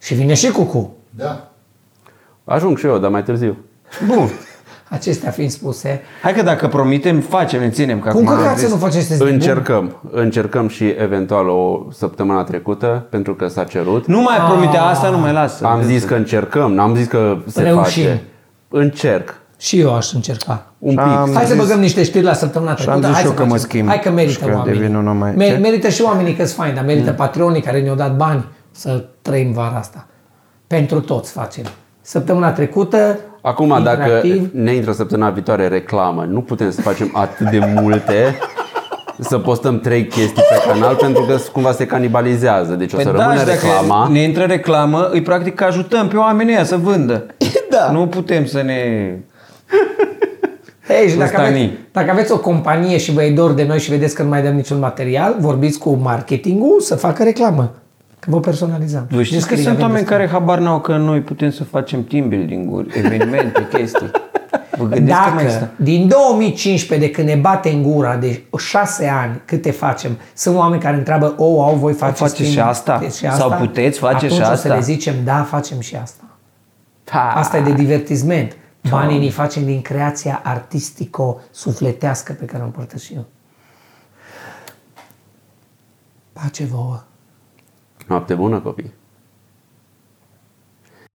[SPEAKER 2] Și vine și cucu.
[SPEAKER 4] Da.
[SPEAKER 1] Ajung și eu, dar mai târziu.
[SPEAKER 3] Bun.
[SPEAKER 2] Acestea fiind spuse,
[SPEAKER 3] Hai că dacă promitem, facem, ne ținem. Că
[SPEAKER 2] cum
[SPEAKER 3] acum
[SPEAKER 2] căcat să
[SPEAKER 3] vezi.
[SPEAKER 2] nu faci aceste
[SPEAKER 1] Încercăm. Încercăm și eventual o săptămână trecută, pentru că s-a cerut.
[SPEAKER 3] Nu mai promite asta, nu mai lasă.
[SPEAKER 1] Am zis că încercăm, n-am zis că se
[SPEAKER 2] Reușim.
[SPEAKER 1] face. Încerc.
[SPEAKER 2] Și eu aș încerca.
[SPEAKER 1] Un
[SPEAKER 3] Și am-
[SPEAKER 1] pic.
[SPEAKER 2] Hai să
[SPEAKER 3] zis-
[SPEAKER 2] băgăm niște știri la săptămâna
[SPEAKER 3] am
[SPEAKER 2] trecută.
[SPEAKER 3] zis
[SPEAKER 2] Hai
[SPEAKER 3] și
[SPEAKER 2] să
[SPEAKER 3] eu că mă
[SPEAKER 2] facem.
[SPEAKER 3] schimb
[SPEAKER 2] Hai că
[SPEAKER 3] și
[SPEAKER 2] merită
[SPEAKER 3] că devin un om mai-
[SPEAKER 2] oamenii.
[SPEAKER 3] Ce? Mm.
[SPEAKER 2] Mer- merită și oamenii că-s faini, dar merită patronii care ne-au dat bani să trăim vara asta. Pentru toți facem. Săptămâna trecută,
[SPEAKER 1] Acum, dacă
[SPEAKER 2] interactiv,
[SPEAKER 1] ne intră săptămâna viitoare reclamă, nu putem să facem atât de multe să postăm trei chestii pe canal pentru că cumva se canibalizează. Deci o să
[SPEAKER 3] Păi da,
[SPEAKER 1] rămână
[SPEAKER 3] și dacă
[SPEAKER 1] reclama.
[SPEAKER 3] ne intră reclamă, îi practic că ajutăm pe oamenii ăia să vândă.
[SPEAKER 2] Da.
[SPEAKER 3] Nu putem să ne...
[SPEAKER 2] Hei, și dacă
[SPEAKER 3] Bustanii.
[SPEAKER 2] aveți, dacă aveți o companie și vă e dor de noi și vedeți că nu mai dăm niciun material, vorbiți cu marketingul să facă reclamă. Că vă personalizăm.
[SPEAKER 3] Vă știți că
[SPEAKER 2] Scrie,
[SPEAKER 3] sunt
[SPEAKER 2] avem
[SPEAKER 3] oameni
[SPEAKER 2] destul.
[SPEAKER 3] care habar n-au că noi putem să facem team building-uri, evenimente, chestii. Vă gândiți că mai
[SPEAKER 2] Dacă
[SPEAKER 3] există?
[SPEAKER 2] din 2015, de când ne bate în gura, de șase ani, câte facem, sunt oameni care întreabă, o, au, voi faceți
[SPEAKER 3] faceți
[SPEAKER 2] timp,
[SPEAKER 3] și asta?
[SPEAKER 2] faceți
[SPEAKER 3] Sau puteți face
[SPEAKER 2] Atunci
[SPEAKER 3] și
[SPEAKER 2] o
[SPEAKER 3] asta?
[SPEAKER 2] să le zicem, da, facem și asta.
[SPEAKER 3] Da.
[SPEAKER 2] Asta e de divertisment. Banii ni facem din creația artistico-sufletească pe care o împărtășim. Pace vouă!
[SPEAKER 1] Noapte bună, copii!